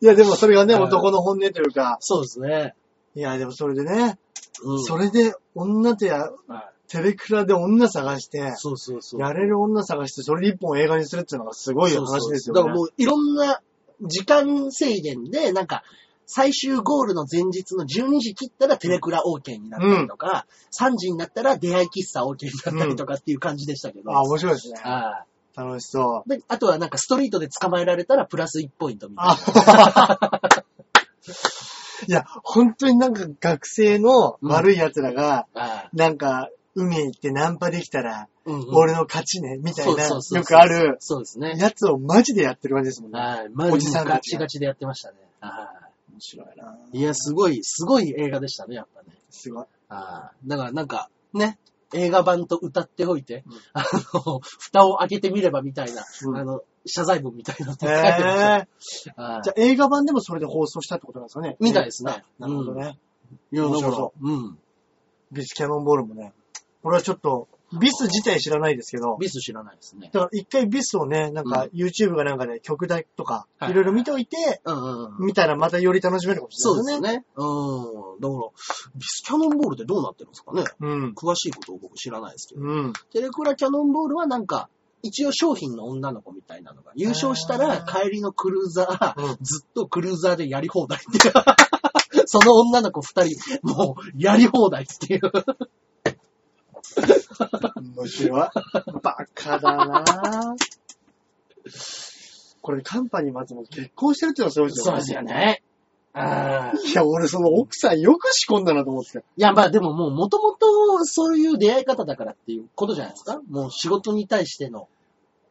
Speaker 2: いや、でもそれがね、
Speaker 1: はい
Speaker 2: 男の本音というか、
Speaker 1: そうですね。
Speaker 2: いや、でもそれでね、
Speaker 1: うん。
Speaker 2: それで女とや、
Speaker 1: は
Speaker 2: テレクラで女探して
Speaker 1: い、そうそうそう。
Speaker 2: やれる女探して、それで一本映画にするっていうのがすごい話ですよね。
Speaker 1: だからもういろんな時間制限で、なんか、最終ゴールの前日の12時切ったらテレクラ OK になったりとか、3時になったら出会い喫茶 OK になったりとかっていう感じでしたけど。
Speaker 2: あ、面白いですね。
Speaker 1: あ
Speaker 2: 楽しそ
Speaker 1: であとはなんかストリートで捕まえられたらプラス1ポイントみ
Speaker 2: う。
Speaker 1: たいな。
Speaker 2: あいや、本当になんか学生の悪い奴らが、
Speaker 1: あ
Speaker 2: なんか、海行ってナンパできたら、
Speaker 1: うんうん
Speaker 2: 俺の勝ちね、みたいな、
Speaker 1: そうそうそう
Speaker 2: よくある、
Speaker 1: そうですね。
Speaker 2: やつをマジでやってる感じですもんね。
Speaker 1: はい。まあ、
Speaker 2: おじさん
Speaker 1: ガ
Speaker 2: たち
Speaker 1: チ
Speaker 2: が
Speaker 1: ガチでやってましたね。はい
Speaker 2: 面白いない
Speaker 1: や、すごい、すごい映画でしたね、やっぱね。
Speaker 2: すごい。
Speaker 1: ああ、だからなんか、ね、映画版と歌っておいて、
Speaker 2: うん
Speaker 1: あの、蓋を開けてみればみたいな、
Speaker 2: うん
Speaker 1: あの、謝罪文みたいなのって
Speaker 2: へ
Speaker 1: 書いてましたよ
Speaker 2: え。
Speaker 1: ああ
Speaker 2: じゃあ映画版でもそれで放送したってことなんですかね。
Speaker 1: みたいですね。
Speaker 2: なるほどね。
Speaker 1: うん。いや、
Speaker 2: 面
Speaker 1: だ
Speaker 2: 白
Speaker 1: から
Speaker 2: そ、
Speaker 1: うん。
Speaker 2: ビスキャノンボールもね。俺はちょっと、ビス自体知らないですけど、
Speaker 1: ビス知らないですね。
Speaker 2: だから一回ビスをね、なんか
Speaker 1: う
Speaker 2: YouTube がなんかで曲だとか、
Speaker 1: はい
Speaker 2: いろいろ見ておいて、
Speaker 1: うんうんうん。
Speaker 2: 見たらまたより楽しめるかもしれ
Speaker 1: そう
Speaker 2: な
Speaker 1: で
Speaker 2: いですすね。
Speaker 1: ね。うん。だから、ビスキャノンボールってどうなってるんですかね
Speaker 2: うん。
Speaker 1: 詳しいことを僕知らないですけど。
Speaker 2: うん。
Speaker 1: テレクラキャノンボールはなんか、一応商品の女の子みたいなのが、優勝したら帰りのクルーザー、
Speaker 2: うん
Speaker 1: ずっとクルーザーでやり放題っていう。 その女の子二人、もう、やり放題っていう。
Speaker 2: 面白い。バカだなぁこれ、カンパニー松本結婚してるってのはすごいですよね。
Speaker 1: ね。ああ。
Speaker 2: いや、俺その奥さんよく仕込んだなと思って。
Speaker 1: いや、まあでももう、もともとそういう出会い方だからっていうことじゃないですか。もう仕事に対しての。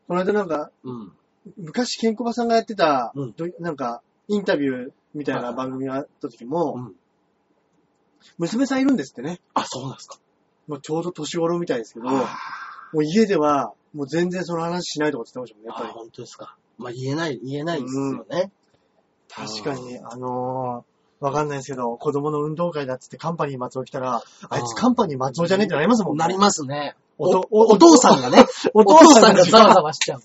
Speaker 2: この間なんか、
Speaker 1: うん。
Speaker 2: 昔、ケンコバさんがやってた、
Speaker 1: うん
Speaker 2: どなんか、インタビューみたいな番組があった時も、
Speaker 1: うん
Speaker 2: 娘さんいるんですってね。
Speaker 1: あ、そうなんですか。
Speaker 2: もうちょうど年頃みたいですけど、も
Speaker 1: あ
Speaker 2: う家では、もう全然その話しないとかって言ってましたもん
Speaker 1: あ、
Speaker 2: ね、やっ
Speaker 1: 本当ですか。まあ言えない、言えないですよね。
Speaker 2: ぱり。確かに、あのーわかんないですけど、子供の運動会だっつってカンパニー松尾来たら、あいつ
Speaker 1: あー
Speaker 2: カンパニー松尾じゃねえってなりますもんね。
Speaker 1: なりますね。
Speaker 2: おと
Speaker 1: おお父さんがね、
Speaker 2: お
Speaker 1: お
Speaker 2: 父
Speaker 1: 父
Speaker 2: さ
Speaker 1: さ
Speaker 2: ん
Speaker 1: ん
Speaker 2: が
Speaker 1: が
Speaker 2: ざ
Speaker 1: ざ
Speaker 2: わ
Speaker 1: わ
Speaker 2: ざ
Speaker 1: ざわしちゃう。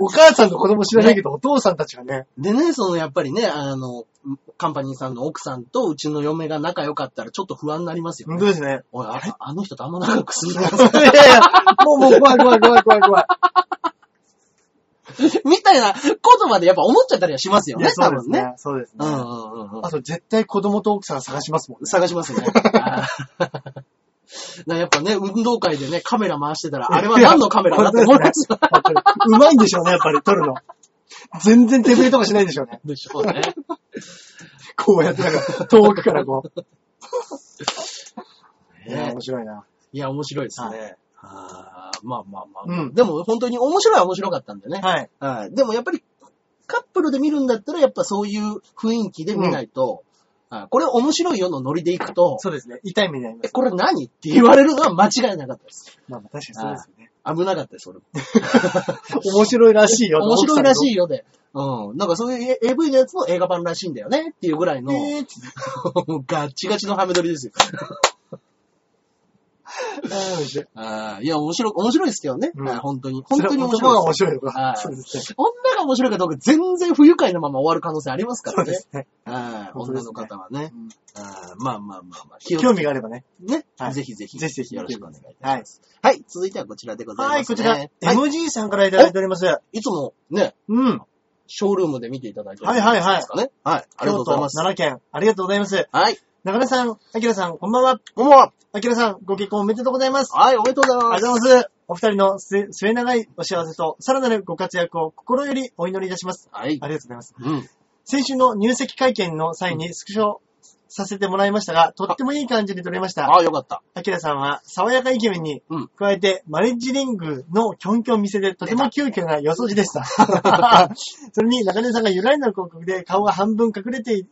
Speaker 2: お母さんと子供知らないけど、お父さんたちがね、
Speaker 1: でね、そのやっぱりね、あの、カンパニーさんの奥さんとうちの嫁が仲良かったらちょっと不安になりますよ
Speaker 2: 本
Speaker 1: ね。
Speaker 2: 当ですね。
Speaker 1: おい、あれあの人 とあんま仲良くするな。
Speaker 2: いやいや、もうもう怖い怖い怖い怖い怖い。
Speaker 1: みたいなことまでやっぱ思っちゃったりはしますよ
Speaker 2: い
Speaker 1: ね
Speaker 2: や、、そ
Speaker 1: 多
Speaker 2: うで
Speaker 1: 分
Speaker 2: す
Speaker 1: ね。
Speaker 2: ね。そうです
Speaker 1: う
Speaker 2: ね。
Speaker 1: んうんうんうん
Speaker 2: あと、絶対子供と奥さん探しますもんね。
Speaker 1: 探しますね。 あーなやっぱね、運動会でね、カメラ回してたら、あれは何のカメラだって思いますよ
Speaker 2: 本当にうまいんでしょうね、やっぱり、撮るの。全然手振りとかしないんでしょうね。
Speaker 1: でしょうね。
Speaker 2: こうやって、なんか、遠くからこう。 いや、
Speaker 1: ね
Speaker 2: 面白いな。
Speaker 1: いや、面白いですね。あーまあまあまあ、
Speaker 2: うん
Speaker 1: でも本当に面白いは面白かったんでね。
Speaker 2: はい。
Speaker 1: はい。でもやっぱり、カップルで見るんだったら、やっぱそういう雰囲気で見ないと、あこれ面白いよのノリでいくと、
Speaker 2: そうですね。痛い目になりま
Speaker 1: え、
Speaker 2: す。
Speaker 1: これ何って言われるのは間違いなかったです。
Speaker 2: まあまあ、確かにそうですよね。
Speaker 1: 危なかったです、俺も。
Speaker 2: 面白いらしいよ。
Speaker 1: 面白いらし
Speaker 2: い。
Speaker 1: いよで。うん。なんかそういう AV のやつの映画版らしいんだよねっていうぐらいの、
Speaker 2: えーっつって
Speaker 1: もうガッチガチのハメ撮りですよ。
Speaker 2: あー面白い
Speaker 1: あーいや、面白い、面白いですけどね。
Speaker 2: うん
Speaker 1: はい本当に。本
Speaker 2: それ
Speaker 1: 当に面
Speaker 2: 男
Speaker 1: 白いで
Speaker 2: が面
Speaker 1: す。
Speaker 2: 白いのか。
Speaker 1: はい
Speaker 2: そうですね。
Speaker 1: 女が面白いかどうか全然不愉快なまま終わる可能性ありますか
Speaker 2: そ
Speaker 1: ら
Speaker 2: うで
Speaker 1: ね。
Speaker 2: すね。
Speaker 1: はい
Speaker 2: 本当で
Speaker 1: 女
Speaker 2: すね
Speaker 1: の方はね。
Speaker 2: うん
Speaker 1: あーまあまあまあまあ。気を
Speaker 2: 興味があればね。
Speaker 1: ね、
Speaker 2: はい
Speaker 1: ぜひぜひ。
Speaker 2: ぜひぜひ
Speaker 1: よろしくお願いいたします。はい、続いてはこちらでございます、ね。
Speaker 2: はい、こちら、
Speaker 1: はい、
Speaker 2: MG さんからいただいております。
Speaker 1: いつもね、
Speaker 2: うん。
Speaker 1: ショールームで見ていただいてる
Speaker 2: はいはいはい
Speaker 1: ですかね。はい、ありがとうご
Speaker 2: 京
Speaker 1: ざい
Speaker 2: 都
Speaker 1: ま、す。
Speaker 2: 奈良県、ありがとうございます。
Speaker 1: はい。
Speaker 2: 中根さん、あきらさん、こんばんは。
Speaker 1: こんばんは。
Speaker 2: あきらさん、ご結婚おめでとうございます。
Speaker 1: はい、おめでとうござい
Speaker 2: あ
Speaker 1: ま
Speaker 2: り
Speaker 1: す。
Speaker 2: がとうございます。お二人の末末長いお幸せと、さらなるご活躍を心よりお祈りいたします。
Speaker 1: はい
Speaker 2: あ。りがとうございます。
Speaker 1: うん。
Speaker 2: 先週の入籍会見の際にスクショさせてもらいましたが、とってもいい感じに撮れました。
Speaker 1: ああ、よかった。
Speaker 2: あきらさんは爽やかイケメンに
Speaker 1: うん、
Speaker 2: 加えて、マレッジリングのキョンキョン見せでとてもキューキューな予想字でした。 それに中根さんが由来の広告で顔が半分隠れて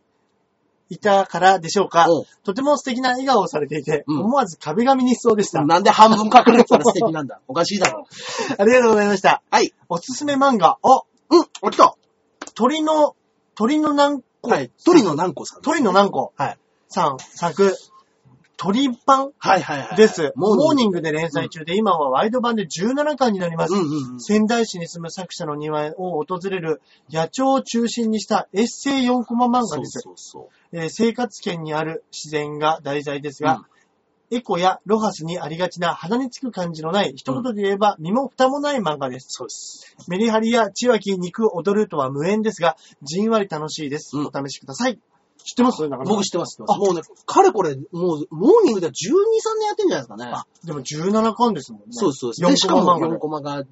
Speaker 2: いたからでしょうか、
Speaker 1: おう
Speaker 2: とても素敵な笑顔をされていて、
Speaker 1: うん
Speaker 2: 思わず壁紙にしそうでした。
Speaker 1: なんで半分隠れてたら素敵なんだ。 おかしいだろ。
Speaker 2: ありがとうございました。
Speaker 1: はい。
Speaker 2: おすすめ漫画。あ、
Speaker 1: うん、起きた。
Speaker 2: 鳥の、鳥の何個、
Speaker 1: はい。鳥の何個さん。
Speaker 2: 鳥の何個
Speaker 1: はい。
Speaker 2: さん、作、鳥版
Speaker 1: はいはいはい。
Speaker 2: です。
Speaker 1: モ
Speaker 2: モー
Speaker 1: ーニン
Speaker 2: ニングで連載中で、今はワイド版で17巻になります。
Speaker 1: グ。うんうんうん。
Speaker 2: 仙台市に住む作者の庭を訪れる野鳥を中心にしたエッセイ4コマ漫画
Speaker 1: そう
Speaker 2: です。
Speaker 1: そうそ
Speaker 2: えー生活圏にある自然が題材ですが、エコやロハスにありがちな鼻につく感じのない、一言で言えば身も蓋もない漫画です。
Speaker 1: そうです。
Speaker 2: メリハリや千秋肉踊るとは無縁ですが、じんわり楽しいです。
Speaker 1: うん
Speaker 2: お試しください。知ってます中野さん
Speaker 1: 僕知ってます。知って
Speaker 2: あ
Speaker 1: ますもうね、かれこれ、もう、モーニングでは12、3年やってんじゃないですかね。
Speaker 2: あ、でも17巻ですもんね。
Speaker 1: そうですそうです。
Speaker 2: 4
Speaker 1: で、しかも
Speaker 2: コマ漫画で
Speaker 1: 4コマが、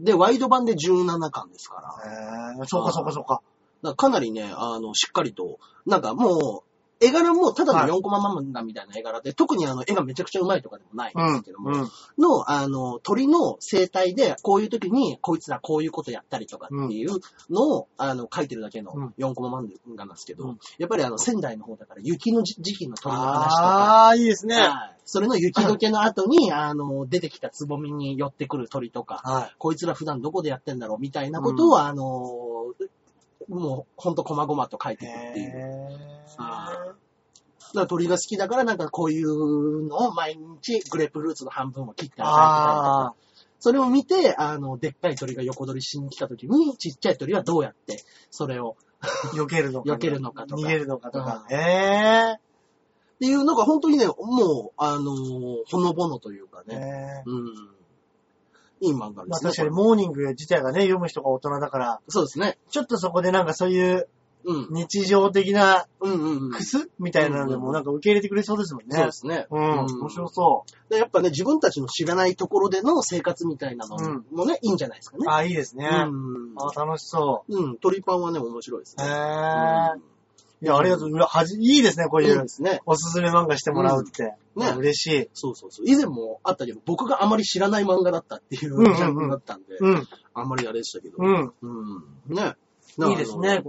Speaker 1: で、ワイド版で17巻ですから。だか
Speaker 2: へーそうかそうかそうか。
Speaker 1: らかなりね、あの、しっかりと、なんかもう、絵柄もただの4コマ漫画みたいな絵柄で、特にあの、絵がめちゃくちゃ上手いとかでもないんですけども、
Speaker 2: うん。うん。
Speaker 1: の、あの、鳥の生態で、こういう時に、こいつらこういうことやったりとかっていうのを、あの、書いてるだけの
Speaker 2: うん
Speaker 1: 4コマ漫画なんですけど、
Speaker 2: うん
Speaker 1: やっぱりあの、仙台の方だから雪のじ時期の鳥の話とか、
Speaker 2: あー、いいですね。
Speaker 1: はいそれの雪解けの後に、あの、出てきたつぼみに寄ってくる鳥とか、
Speaker 2: は
Speaker 1: こいつら普段どこでやってんだろうみたいなことを、あのー、もうほんと細々と書い
Speaker 2: い。
Speaker 1: ていくっていう。だ
Speaker 2: へ
Speaker 1: あから鳥が好きだからなんかこういうのを毎日グレープフルーツの半分を切って与えてたりと
Speaker 2: あ
Speaker 1: か、それを見て、あの、でっかい鳥が横取りしに来た時に、ちっちゃい鳥はどうやって、それを、
Speaker 2: ー、避けるのか。
Speaker 1: 避けるのかとか
Speaker 2: 逃げるのかとか。へ
Speaker 1: っていうのが本当にね、もう、あのーほのぼのというか
Speaker 2: ー。
Speaker 1: ね。
Speaker 2: へー
Speaker 1: うん。いい漫画で
Speaker 2: まあ
Speaker 1: すね。
Speaker 2: 確かに
Speaker 1: こ
Speaker 2: モーニング自体がね、読む人が大人だから、
Speaker 1: れそうですね。
Speaker 2: ちょっとそこでなんかそういう
Speaker 1: うん。
Speaker 2: 日常的な
Speaker 1: うんうんうん。
Speaker 2: クスみたいなのでもなんか受け入れてくれそうですもんね。
Speaker 1: そうですね。
Speaker 2: うん。面白そう。
Speaker 1: でやっぱね、自分たちの知らないところでの生活みたいなのもね、いいんじゃないですかね。
Speaker 2: あ、いいですね。
Speaker 1: うん。
Speaker 2: あ、楽しそ
Speaker 1: うん、鳥パンはね、面白いです
Speaker 2: う。へ
Speaker 1: ね。
Speaker 2: ー。いや、ありがとう。うらはじ、いいですね、こ
Speaker 1: う、
Speaker 2: うんい
Speaker 1: いいで
Speaker 2: う。
Speaker 1: すね。
Speaker 2: おすすめ漫画してもらうって。
Speaker 1: うんね
Speaker 2: 嬉しい。
Speaker 1: そうそうそう。以前もあったけど、僕があまり知らない漫画だったっていう
Speaker 2: うんうんうん
Speaker 1: ジャンルだったんで、
Speaker 2: うん。
Speaker 1: あんまりあれでしたけど。
Speaker 2: うん。
Speaker 1: うん。ね。
Speaker 2: いいですね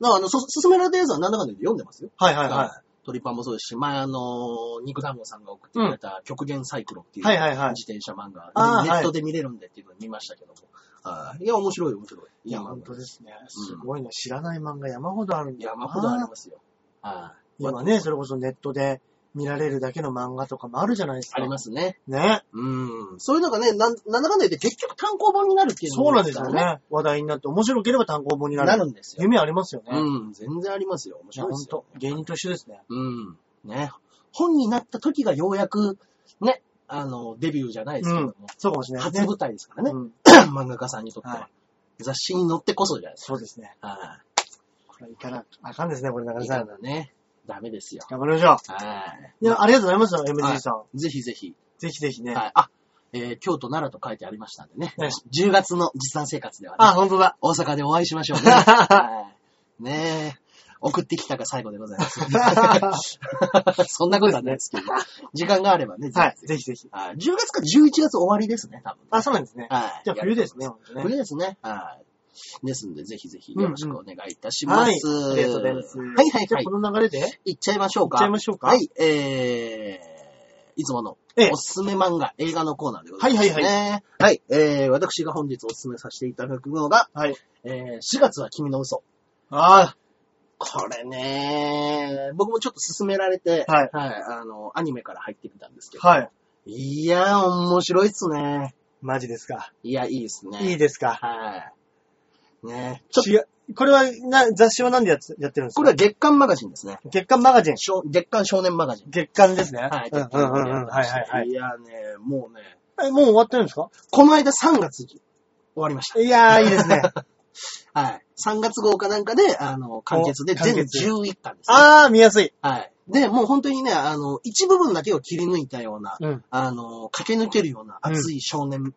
Speaker 1: だからあのだからあの、そ、勧められたやつはなんだかんだ言って読んでますよ。
Speaker 2: はいはいは
Speaker 1: 鳥パンもそうですし、前あの、肉団子さんが送ってくれた極限サイクロってい
Speaker 2: い。
Speaker 1: う
Speaker 2: はいはいはい。
Speaker 1: 自転車漫画、
Speaker 2: あー
Speaker 1: ネ
Speaker 2: はい
Speaker 1: ットで見れるんでっていうのを見ましたけども。はいいや、面白い、面白い。。
Speaker 2: いや、本当ですすね。すごいな。知らない漫画山ほどあるんだ。
Speaker 1: 山ほどありますよ。はい。
Speaker 2: 今ね、それこそネットで見られるだけの漫画とかもあるじゃないですか。
Speaker 1: ありますね。
Speaker 2: ね。
Speaker 1: うん。そういうのがね、なんなんだかんだ言って結局単行本になるっていうの
Speaker 2: そう
Speaker 1: も
Speaker 2: ない
Speaker 1: い
Speaker 2: んです
Speaker 1: から
Speaker 2: よ。ね。話題になって、面白ければ単行本になる。
Speaker 1: なるんですよ。
Speaker 2: 夢ありますよね。
Speaker 1: うん。全然ありますよ。面
Speaker 2: いや、
Speaker 1: 白いで
Speaker 2: ほん
Speaker 1: すよ。
Speaker 2: と。芸人と一緒ですね。
Speaker 1: うん。ね。本になった時がようやく、ね、あの、デビューじゃないですけども、
Speaker 2: そうかもしれないで
Speaker 1: 初
Speaker 2: すね。
Speaker 1: 舞台ですからね、
Speaker 2: うん
Speaker 1: 漫画家さんにとっては。
Speaker 2: は
Speaker 1: 雑誌に載ってこそじゃないです
Speaker 2: そうですね。
Speaker 1: か。は
Speaker 2: これいかな、あかんですね、これ、
Speaker 1: い。
Speaker 2: 中根
Speaker 1: い
Speaker 2: さ
Speaker 1: か
Speaker 2: ん。
Speaker 1: がね、ダメですよ。
Speaker 2: 頑張りましょ
Speaker 1: は
Speaker 2: う。いや、ありがとうございますよ、MG さん。
Speaker 1: い。ぜひぜひ。
Speaker 2: ぜひぜひね。
Speaker 1: はい。あ、えー京都、奈良と書いてありましたんでね。
Speaker 2: ね
Speaker 1: 10月の実産生活ではね、
Speaker 2: あ、ほんとだ。
Speaker 1: 大阪でお会いしましょう ね。はいねえ。送ってきたが最後でございます。 そんなことはないですけど、時間があればね、ぜひ
Speaker 2: はい、ぜひぜひ。
Speaker 1: はい10月か11月終わりですね、多分。
Speaker 2: あ、そうなんですね。
Speaker 1: はい。
Speaker 2: じゃあ冬ですね、ほんとね。
Speaker 1: 冬ですね。はい。ですんで、ぜひぜひよろしくお願いいたしま
Speaker 2: はい
Speaker 1: す。。
Speaker 2: ありがとうございます。
Speaker 1: はいはい
Speaker 2: じゃ
Speaker 1: は
Speaker 2: あ
Speaker 1: い
Speaker 2: こ。の流れで、いっ
Speaker 1: いっちゃいましょうか。
Speaker 2: ちゃいましょうか。
Speaker 1: はい、えー、いつもの
Speaker 2: ええ
Speaker 1: おすすめ漫画、映画のコーナーでございます、ね。
Speaker 2: はい
Speaker 1: はいはい。はい、えー、私が本日おすすめさせていただくのが、
Speaker 2: はい。
Speaker 1: えー、4月は君の嘘。
Speaker 2: あ
Speaker 1: これね僕もちょっと勧められて、
Speaker 2: はい
Speaker 1: あの、アニメから入ってみたんですけど、
Speaker 2: あ、はい。
Speaker 1: いやー、面白いっすね。
Speaker 2: マジですか。
Speaker 1: いや、いいっすね。
Speaker 2: いいですか。
Speaker 1: はい。ねちょっ
Speaker 2: 違う。これは、な、雑誌は何でやつやってるんです
Speaker 1: と、こ
Speaker 2: か
Speaker 1: れは月刊マガジンですね。
Speaker 2: 月刊マガジン。
Speaker 1: 少月刊少年マガジン。
Speaker 2: 月刊ですね。
Speaker 1: はい、
Speaker 2: うんう
Speaker 1: 月
Speaker 2: んうん
Speaker 1: 刊マガ
Speaker 2: う
Speaker 1: ジン
Speaker 2: ん。はいはいはい。
Speaker 1: いやね、もうね、
Speaker 2: え、もう終わってるんですか
Speaker 1: この間3月終わりました。
Speaker 2: いやー、い いですね。
Speaker 1: はい。3月号かなんかで、あの、完結で
Speaker 2: お完
Speaker 1: 全
Speaker 2: 結
Speaker 1: 11巻です、ね。
Speaker 2: あー、見やすい。
Speaker 1: はい。で、もう本当にね、あの、一部分だけを切り抜いたような、
Speaker 2: うん。
Speaker 1: あの、駆け抜けるような熱い少年、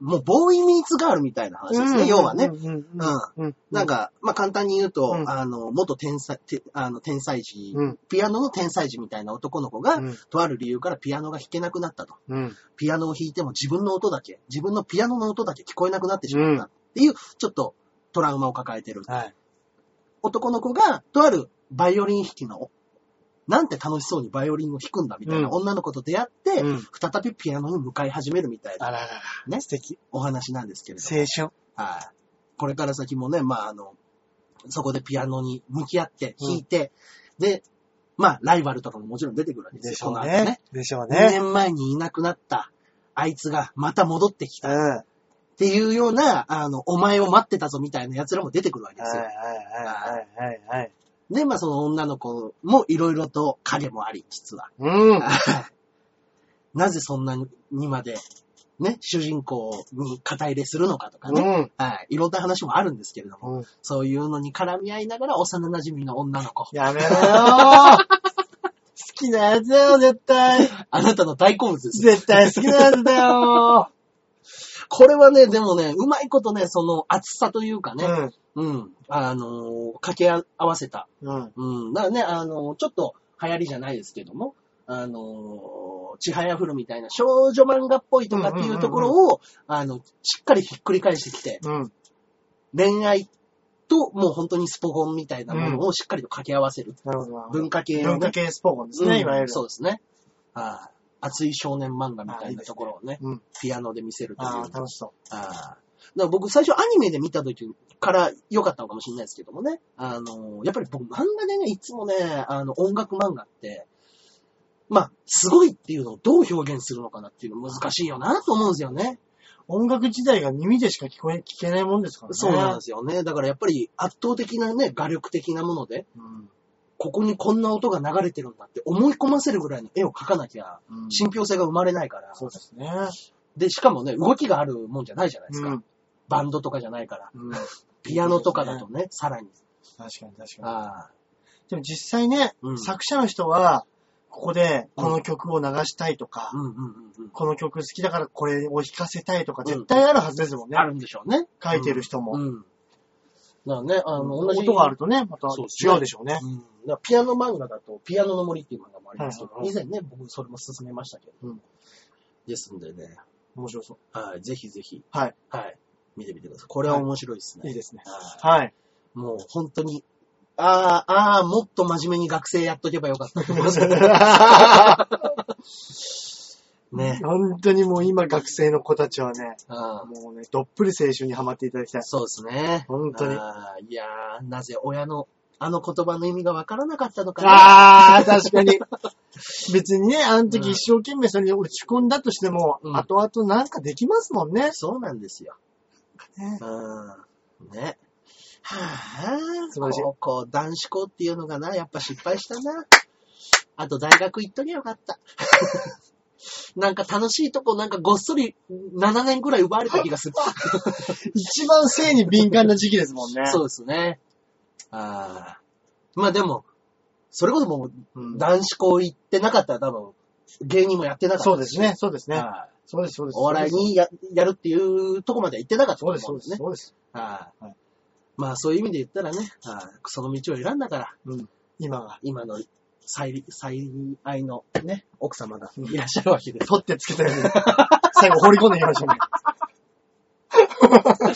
Speaker 1: もうボーイミーツガールみたいな話ですね、要はね。
Speaker 2: うんうん
Speaker 1: うん。
Speaker 2: うん。うん。
Speaker 1: なんか、まあ、簡単に言うと、
Speaker 2: うん
Speaker 1: あの、元天才、てあの、天才児、
Speaker 2: うん
Speaker 1: ピアノの天才児みたいな男の子が、
Speaker 2: うん
Speaker 1: とある理由からピアノが弾けなくなったと。
Speaker 2: うん。
Speaker 1: ピアノを弾いても自分の音だけ、自分のピアノの音だけ聞こえなくなってしまったっていう、ちょっとトラウマを抱えてる
Speaker 2: はい。
Speaker 1: 男の子が、とあるバイオリン弾きの、なんて楽しそうにバイオリンを弾くんだみたいな
Speaker 2: うん
Speaker 1: 女の子と出会って、
Speaker 2: うん
Speaker 1: 再びピアノに向かい始めるみたいな
Speaker 2: あららら。
Speaker 1: ね
Speaker 2: 素敵。
Speaker 1: お話なんですけれども、
Speaker 2: 青春。
Speaker 1: はい。これから先もね、まあ、あの、そこでピアノに向き合って弾いて、で、まあ、ライバルとかももちろん出てくるわけですよ。
Speaker 2: でしょう
Speaker 1: この後
Speaker 2: ね。。でしょう
Speaker 1: 2
Speaker 2: ね。
Speaker 1: 年前にいなくなった、あいつがまた戻ってき
Speaker 2: う
Speaker 1: た
Speaker 2: ん。は
Speaker 1: っていうような、あの、お前を待ってたぞみたいな奴らも出てくるわけ
Speaker 2: いは
Speaker 1: で
Speaker 2: い
Speaker 1: すよ。
Speaker 2: はいはいはいはい。
Speaker 1: で、まあその女の子もいろいろと影もあり、実は。
Speaker 2: うん。
Speaker 1: なぜそんなにまで、ね、主人公に肩入れするのかとか
Speaker 2: う
Speaker 1: ね。
Speaker 2: ん。
Speaker 1: はい。いろんな話もあるんですけれども、
Speaker 2: うん
Speaker 1: そういうのに絡み合いながら幼馴染の女の子。
Speaker 2: やめろよ好きなやつだよ、絶対。
Speaker 1: あなたの大好物です。
Speaker 2: 絶対好きなやつだよ。
Speaker 1: これはね、でもね、うまいことね、その厚さというかね、
Speaker 2: ん。
Speaker 1: うん、あのー掛け合わせた
Speaker 2: うん。
Speaker 1: うん。だからね、あの、ちょっと流行りじゃないですけども、あの、ちはやふるみたいな少女漫画っぽいとかっていうところを、
Speaker 2: う
Speaker 1: あの、しっかりひっくり返してきて、
Speaker 2: うん。
Speaker 1: 恋愛ともう本当にスポゴンみたいなものをしっかりと掛け合わせる。
Speaker 2: なるほど。
Speaker 1: 文化系の
Speaker 2: 文
Speaker 1: ね、
Speaker 2: 化系スポーンですね、
Speaker 1: うん
Speaker 2: いわゆる。
Speaker 1: そうですね。ああ熱い少年漫画みたいなところをね、
Speaker 2: うん。
Speaker 1: ピアノで見せるという。
Speaker 2: ああ、
Speaker 1: あ
Speaker 2: 楽しそ
Speaker 1: あだから僕最初アニメで見た時から良かったのかもしれないですけどもね。あの、やっぱり僕漫画でね、いつもね、あの、音楽漫画って、まあ、すごいっていうのをどう表現するのかなっていうの難しいよなと思うんですよね。
Speaker 2: う。音楽自体が耳でしか聞こえ、聞けないもんですからね。。
Speaker 1: そうなんですすよね。だからやっぱり圧倒的なね、画力的なもので、
Speaker 2: うん。
Speaker 1: ここにこんな音が流れてるんだって思い込ませるぐらいの絵を描かなきゃ、
Speaker 2: うん
Speaker 1: 信憑性が生まれないから。
Speaker 2: そうですね。
Speaker 1: で、しかもね、動きがあるもんじゃないじゃないですか。
Speaker 2: うん。
Speaker 1: バンドとかじゃないから。
Speaker 2: うん。確
Speaker 1: ピアノとかだとね、さらに。
Speaker 2: かに確かに。
Speaker 1: ああ。
Speaker 2: でも実際ね、
Speaker 1: うん
Speaker 2: 作者の人は、ここでこの曲を流したいとか、
Speaker 1: うんうんうんうん。
Speaker 2: この曲好きだからこれを弾かせたいとか、
Speaker 1: うん
Speaker 2: 絶対あるはずですもんね。
Speaker 1: あるんでしょうね。
Speaker 2: 書いてる人も。
Speaker 1: うん。だからね、あの、同じ。
Speaker 2: 音があるとね、また
Speaker 1: そうですね
Speaker 2: 違うでしょうね。
Speaker 1: うん。だからピアノ漫画だと、ピアノの森っていう漫画もありますけど
Speaker 2: は、いはい
Speaker 1: 以前ね、僕それも勧めましたけど。
Speaker 2: うん
Speaker 1: ですんでね、
Speaker 2: 面白そう。
Speaker 1: はい、ぜひぜひ、
Speaker 2: はい。
Speaker 1: はい、見てみてください。これは面白いですね。
Speaker 2: いいですね。
Speaker 1: は
Speaker 2: はい。
Speaker 1: いもう本当に、ああ、ああ、もっと真面目に学生やっとけばよかったと思います ね。
Speaker 2: 本当にもう今学生の子たちはね、
Speaker 1: うん
Speaker 2: も うね、どっぷり青春にハマっていただきたい。
Speaker 1: そうですね。
Speaker 2: 本当に
Speaker 1: あーいやー、なぜ親のあの言葉の意味がわからなかったのかな。
Speaker 2: ああ、確かに。 別にね、あの時一生懸命それに落ち込んだとしても、
Speaker 1: うん
Speaker 2: 後々なんかできますも んね。
Speaker 1: そうなんですよ。
Speaker 2: ね
Speaker 1: うん。ね。はぁ、
Speaker 2: 素晴らしい
Speaker 1: 高校、男子校っていうのがな、やっぱ失敗したな。あと大学行っときゃよかった。 なんか楽しいとこ、なんかごっそり7年くらい奪われた気がする。
Speaker 2: 一番性に敏感な時期ですもんね。
Speaker 1: そうですね。ああ。まあでも、それこそもう、うん男子校行ってなかったら多分、芸人もやってなかった。
Speaker 2: そうですね。そうですね。
Speaker 1: はい
Speaker 2: そうです、そうです。
Speaker 1: お笑いにややるっていうとこまでは行ってなかったと
Speaker 2: そ
Speaker 1: 思
Speaker 2: うです、そうです、
Speaker 1: ね。
Speaker 2: そうです。
Speaker 1: はい
Speaker 2: はい
Speaker 1: まあそういう意味で言ったらね、はいその道を選んだから、
Speaker 2: 今が。
Speaker 1: 今の最最愛のね、奥様がいらっしゃるわけです。
Speaker 2: 取ってつけたように。最後放り込んでいきましたね。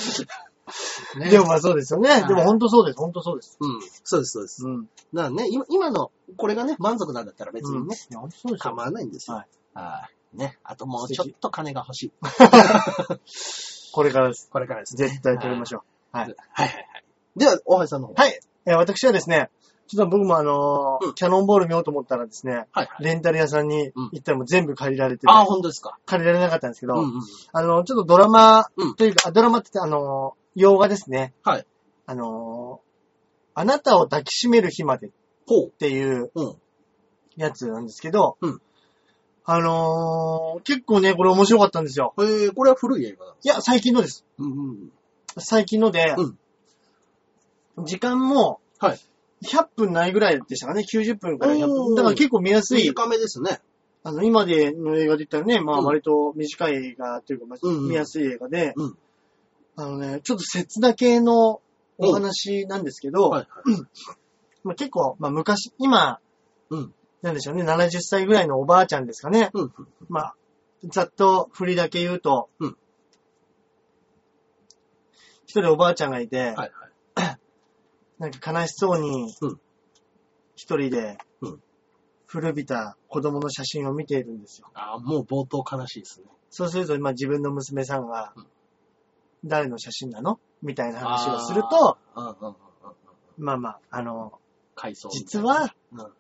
Speaker 1: ね
Speaker 2: でもまあそうですよね。
Speaker 1: い
Speaker 2: でも本当そうです、本当そうです。
Speaker 1: うん。そうです、そうです。
Speaker 2: うん。
Speaker 1: だからね、今今の、これがね、満足なんだったら別にね、
Speaker 2: いや、本当そうですよ。
Speaker 1: 構わないんですよ。
Speaker 2: は
Speaker 1: はいね。あともうちょっと金が欲しい。
Speaker 2: これからです。
Speaker 1: これからですね。
Speaker 2: 絶対取りましょう。はい。
Speaker 1: はいはいはい。では、大橋さんの方。
Speaker 2: はい。えー私はですね、ちょっと僕もあのー
Speaker 1: うん
Speaker 2: キャノンボール見ようと思ったらですね、
Speaker 1: はいはい。
Speaker 2: レンタル屋さんに
Speaker 1: うん
Speaker 2: 行ったらもう全部借りられてて、
Speaker 1: ああ、本当ですか。
Speaker 2: 借りられなかったんですけ
Speaker 1: う
Speaker 2: ど、
Speaker 1: んうん。
Speaker 2: あの、ちょっとドラマ
Speaker 1: うん
Speaker 2: というか、あドラマって言ってあのー洋画ですね。
Speaker 1: はい。
Speaker 2: あのーあなたを抱きしめる日までっ
Speaker 1: ほう。
Speaker 2: ていう
Speaker 1: うん。
Speaker 2: やつなんですけど、
Speaker 1: うん
Speaker 2: あのー結構ね、これ面白かったんですよ。
Speaker 1: えー、これは古い映画だ。
Speaker 2: いや、最近のです。
Speaker 1: うんうん。
Speaker 2: 最近ので、
Speaker 1: うん
Speaker 2: 時間も
Speaker 1: はい。
Speaker 2: 100分ないぐらいでしたかね、90分くらい100
Speaker 1: おー
Speaker 2: 分。だから結構見やすい、
Speaker 1: 短めですね。
Speaker 2: あの、今での映画で言ったらね、まあ
Speaker 1: うん
Speaker 2: 割と短い映画というか、まあ
Speaker 1: うんうん
Speaker 2: 見やすい映画で、
Speaker 1: うん
Speaker 2: あのね、ちょっと切な系のお話なんですけど、
Speaker 1: はいはい。
Speaker 2: まあ、結構、まあ昔、今、
Speaker 1: うん
Speaker 2: なんでしょうね、70歳ぐらいのおばあちゃんですかね。
Speaker 1: うん。
Speaker 2: まあ、ざっと振りだけ言うと、
Speaker 1: うん
Speaker 2: 一人おばあちゃんがいて、
Speaker 1: はいはい。
Speaker 2: なんか悲しそうに
Speaker 1: うん、
Speaker 2: 一人で
Speaker 1: うん、
Speaker 2: 古びた子供の写真を見ているんですよ。
Speaker 1: ああ、もう冒頭悲しいですね。
Speaker 2: そうすると、まあ自分の娘さんが
Speaker 1: うん、
Speaker 2: 誰の写真なのみたいな話をすると、
Speaker 1: あー、うんうんうんうん。
Speaker 2: まあまあ、あの、
Speaker 1: 回想。
Speaker 2: 実、は
Speaker 1: うん。あ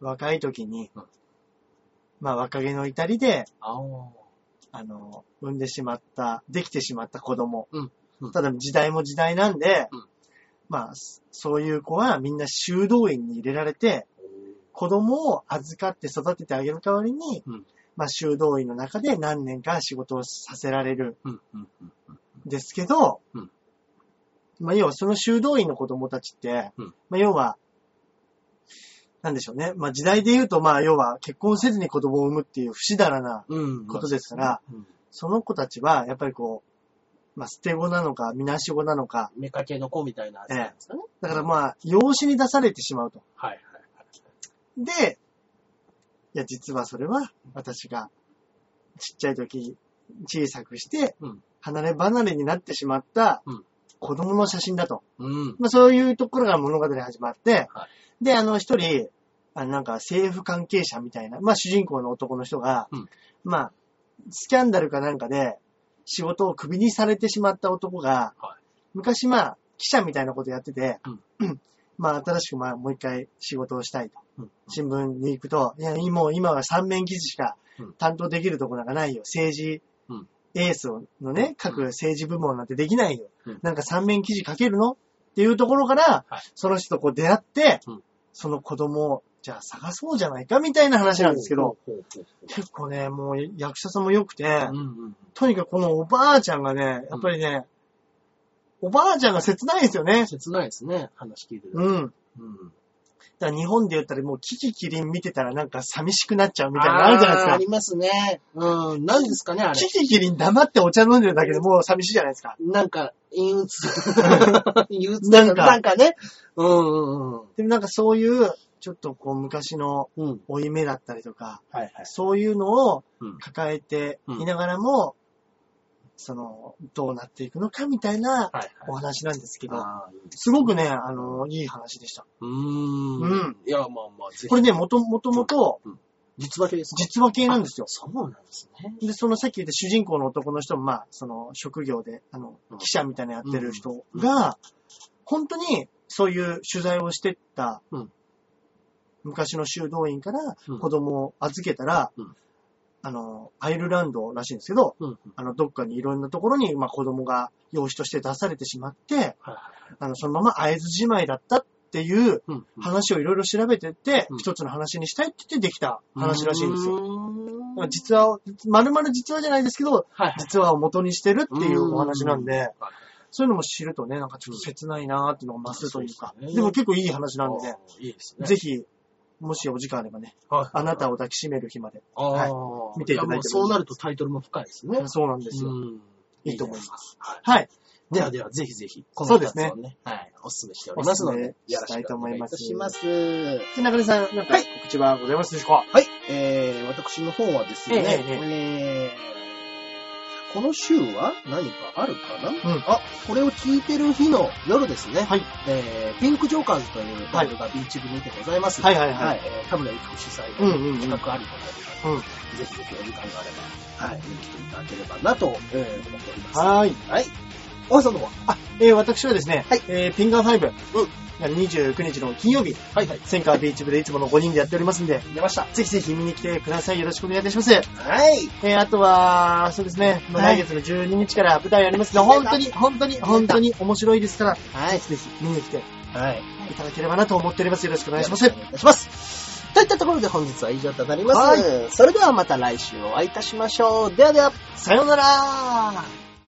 Speaker 2: 若い時に
Speaker 1: うん、
Speaker 2: まあ若気の至りで、
Speaker 1: あー、
Speaker 2: あの、産んでしまった、できてしまった子供。
Speaker 1: うんうん
Speaker 2: ただ時代も時代なんで、
Speaker 1: うん
Speaker 2: まあ、そそういう子はみんな修道院に入れられて、子供を預かって育ててあげる代わりに、
Speaker 1: うん
Speaker 2: まあ修道院の中で何年か仕事をさせられる
Speaker 1: うんうんうんうん。
Speaker 2: んですけど、
Speaker 1: うん
Speaker 2: まあ要はその修道院の子供たちって、
Speaker 1: うん
Speaker 2: まあ要は、なんでしょうね。まあ時代で言うとまあ要は結婚せずに子供を産むっていう不死だらな
Speaker 1: うん。
Speaker 2: ことですから、
Speaker 1: うん。
Speaker 2: その子たちはやっぱりこう、まあ捨て子なのか、みなし子なのか、
Speaker 1: 目かけの子みたいなやつなんですかね。
Speaker 2: だからまあ養子に出されてしまうと。
Speaker 1: はいはいはい。
Speaker 2: で、いや、実はそれは私がちっちゃい時小さくして
Speaker 1: うん、
Speaker 2: 離れ離れになってしまった
Speaker 1: うん
Speaker 2: 子供の写真だと。
Speaker 1: うん。
Speaker 2: まあそういうところが物語が始まって
Speaker 1: は、
Speaker 2: で、あの一人、あのなんか政府関係者みたいな、まあ主人公の男の人が
Speaker 1: うん、
Speaker 2: まあ、スキャンダルかなんかで仕事をクビにされてしまった男が
Speaker 1: は、
Speaker 2: 昔まあ記者みたいなことやってて
Speaker 1: うん、
Speaker 2: まあ新しくまあもう一回仕事をしたいと。
Speaker 1: うん
Speaker 2: 新聞に行くと、いや、もう今は三面記事しか
Speaker 1: うん
Speaker 2: 担当できるとこなんかないよ。政治
Speaker 1: うん、
Speaker 2: エースのね、各政治部門なんてできないよ
Speaker 1: うん。
Speaker 2: なんか三面記事書けるのっていうところから
Speaker 1: はい、
Speaker 2: その人とこう出会って
Speaker 1: うん、
Speaker 2: その子供を、じゃあ探そうじゃないかみたいな話なんですけど、
Speaker 1: ほうほうほう
Speaker 2: 結構ね、もう役者さんも良くて
Speaker 1: ほう。う、んうん。
Speaker 2: とにかくこのおばあちゃんがね、やっぱりね、おばあちゃんが切ないですよね。
Speaker 1: 切ないですね、話聞いてると。
Speaker 2: うん。
Speaker 1: うん。
Speaker 2: だから日本で言ったらもうキキキリン見てたらなんか寂しくなっちゃうみたいなのあるじゃないです
Speaker 1: あー
Speaker 2: か
Speaker 1: あ。りますね。うん。何ですかね、あれ
Speaker 2: キ。キキリン黙ってお茶飲んでるだけでもう寂しいじゃないですか。
Speaker 1: なんか、陰 鬱。陰鬱だ
Speaker 2: なんか
Speaker 1: なんかね。うんうん
Speaker 2: でもなんかそういう、ちょっとこう昔の
Speaker 1: うん。うん。
Speaker 2: 負い目だったりとか、
Speaker 1: はいはい。
Speaker 2: そういうのを
Speaker 1: うん
Speaker 2: 抱えていながらも、その、どうなっていくのかみたいな
Speaker 1: はい
Speaker 2: お話なんですけど、
Speaker 1: ああ、いいです
Speaker 2: すごくね、あの、いい話でした。
Speaker 1: うーん。
Speaker 2: うん
Speaker 1: いや、まあまあ、ぜひ。
Speaker 2: これね、もともともと
Speaker 1: 実話系ですか
Speaker 2: 実話系なんですよ。
Speaker 1: そうなんですね。
Speaker 2: で、そのさっき言った主人公の男の人も、まあ、その職業で、あの
Speaker 1: うん、
Speaker 2: 記者みたいなのやってる人
Speaker 1: うん
Speaker 2: が、本当にそういう取材をしてった
Speaker 1: うん、
Speaker 2: 昔の修道院から
Speaker 1: うん
Speaker 2: 子供を預けたら
Speaker 1: うん、
Speaker 2: あの、アイルランドらしいんですけど、
Speaker 1: うん。
Speaker 2: あの、どっかにいろんなところに、まあ、子供が養子として出されてしまって、
Speaker 1: はい
Speaker 2: あの、そのまま会津じまいだったっていう
Speaker 1: うん。
Speaker 2: 話をいろいろ調べてって、
Speaker 1: うん
Speaker 2: 一つの話にしたいって言ってできた話らしいんですよ。
Speaker 1: うーん
Speaker 2: だから実話を、まるまる実話じゃないですけど、
Speaker 1: はいはい。
Speaker 2: 実話を元にしてるっていうお話なんで
Speaker 1: はい、
Speaker 2: そういうのも知るとね、なんかちょっと切ないなーっていうのが増すというか
Speaker 1: そうです、ね
Speaker 2: でも結構いい話なんで
Speaker 1: あ、ーいいですね。
Speaker 2: ぜひ、もしお時間あればね、
Speaker 1: はい、
Speaker 2: あなたを抱きしめる日まで。
Speaker 1: ああ、
Speaker 2: 見ていただいても
Speaker 1: や
Speaker 2: いい
Speaker 1: もうそうなるとタイトルも深いですね。
Speaker 2: そうなんですよ。
Speaker 1: うん
Speaker 2: いいと思い
Speaker 1: す。
Speaker 2: ます。はい。
Speaker 1: ではでは、ぜひぜひ、こ
Speaker 2: そ
Speaker 1: の
Speaker 2: うで
Speaker 1: 2
Speaker 2: す
Speaker 1: つ
Speaker 2: ね
Speaker 1: をね、はい、お勧めしておりますので、
Speaker 2: お勧めしたいと思い
Speaker 1: よ
Speaker 2: ま
Speaker 1: ろ
Speaker 2: す
Speaker 1: しくお願いいたします。
Speaker 2: で、中根さん、なんか
Speaker 1: はい
Speaker 2: 告知はございますでしょうか
Speaker 1: はい、えー、私の方はですね、
Speaker 2: ええ
Speaker 1: えーこの週は何かあるかな、
Speaker 2: ん
Speaker 1: あ、これを聞いてる日の夜ですね、
Speaker 2: はい
Speaker 1: えー、ピンクジョーカーズというバンドがビーチ部にてございます。
Speaker 2: はいはい
Speaker 1: は、
Speaker 2: はい
Speaker 1: えー、田村ゆき子主催
Speaker 2: うん
Speaker 1: の
Speaker 2: うんうん
Speaker 1: 企画ありとな
Speaker 2: うん
Speaker 1: ので、ぜひぜひお時間があれば、はい、見に来ていただければなと、えー思っております。
Speaker 2: はーい。
Speaker 1: はい。おはさんの方は
Speaker 2: あ、えー私はですね、
Speaker 1: はい
Speaker 2: えーピンガー5、
Speaker 1: うん
Speaker 2: 29日の金曜日、
Speaker 1: はいはい。
Speaker 2: センカービーチ部でいつもの5人でやっておりますんで、
Speaker 1: 出ました。
Speaker 2: ぜひぜひ見に来てください。よろしくお願いいたします。え
Speaker 1: はい。
Speaker 2: ーあとは、そうですね、まあ
Speaker 1: はい
Speaker 2: 来月の12日から舞台ありますが、
Speaker 1: はい
Speaker 2: 本当に、本当に、本当に面白いですから、
Speaker 1: はい。
Speaker 2: ぜひ見に来て
Speaker 1: はい。
Speaker 2: いただければなと思っております。よろしくお
Speaker 1: お
Speaker 2: 願いします。
Speaker 1: 願いします。といったところで本日は以上となります。
Speaker 2: はい
Speaker 1: それではまた来週お会いいたしましょう。ではでは。
Speaker 2: さようなら